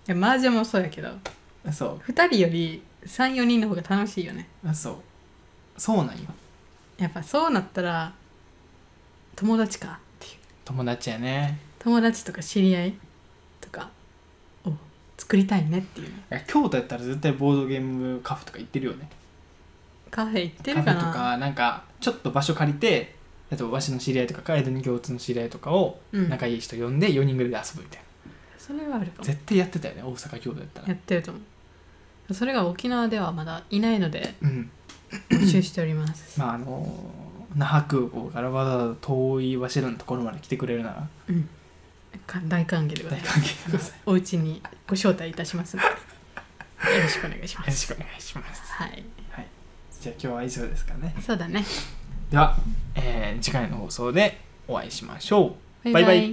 S2: いや麻雀もそうやけど
S1: そ
S2: 2人より34人の方が楽しいよね
S1: うそうそうなんよ
S2: やっぱそうなったら友達かっていう
S1: 友達やね
S2: 友達とか知り合いとかを作りたいねっていう
S1: いや京都やったら絶対ボードゲームカフェとか行ってるよね
S2: カフェ行って
S1: カ
S2: る
S1: フ
S2: か
S1: ェと
S2: な
S1: かなんかちょっと場所借りてあとわしの知り合いとかガイドに共通の知り合いとかを
S2: うん、
S1: 仲いい人呼んで4人ぐらいで遊ぶみたいな、
S2: それはあるかも
S1: 絶対やってたよね大阪京都だった
S2: や
S1: ら
S2: ってると思うそれが沖縄ではまだいないので
S1: うん
S2: 募集しております、
S1: まああのー那覇空港からわざわざ遠いわしらのところまで来てくれるなら
S2: うん、か大歓迎でござ
S1: 大
S2: い
S1: 歓迎でございま
S2: ますすお家にご招待いたしますのでよろしくお願いし
S1: よ
S2: ま
S1: ろ
S2: す
S1: しくお願いします
S2: はい
S1: じゃあ今日は以上ですかね
S2: そうだね
S1: では、えー次回の放送でお会いしましょうバイバイ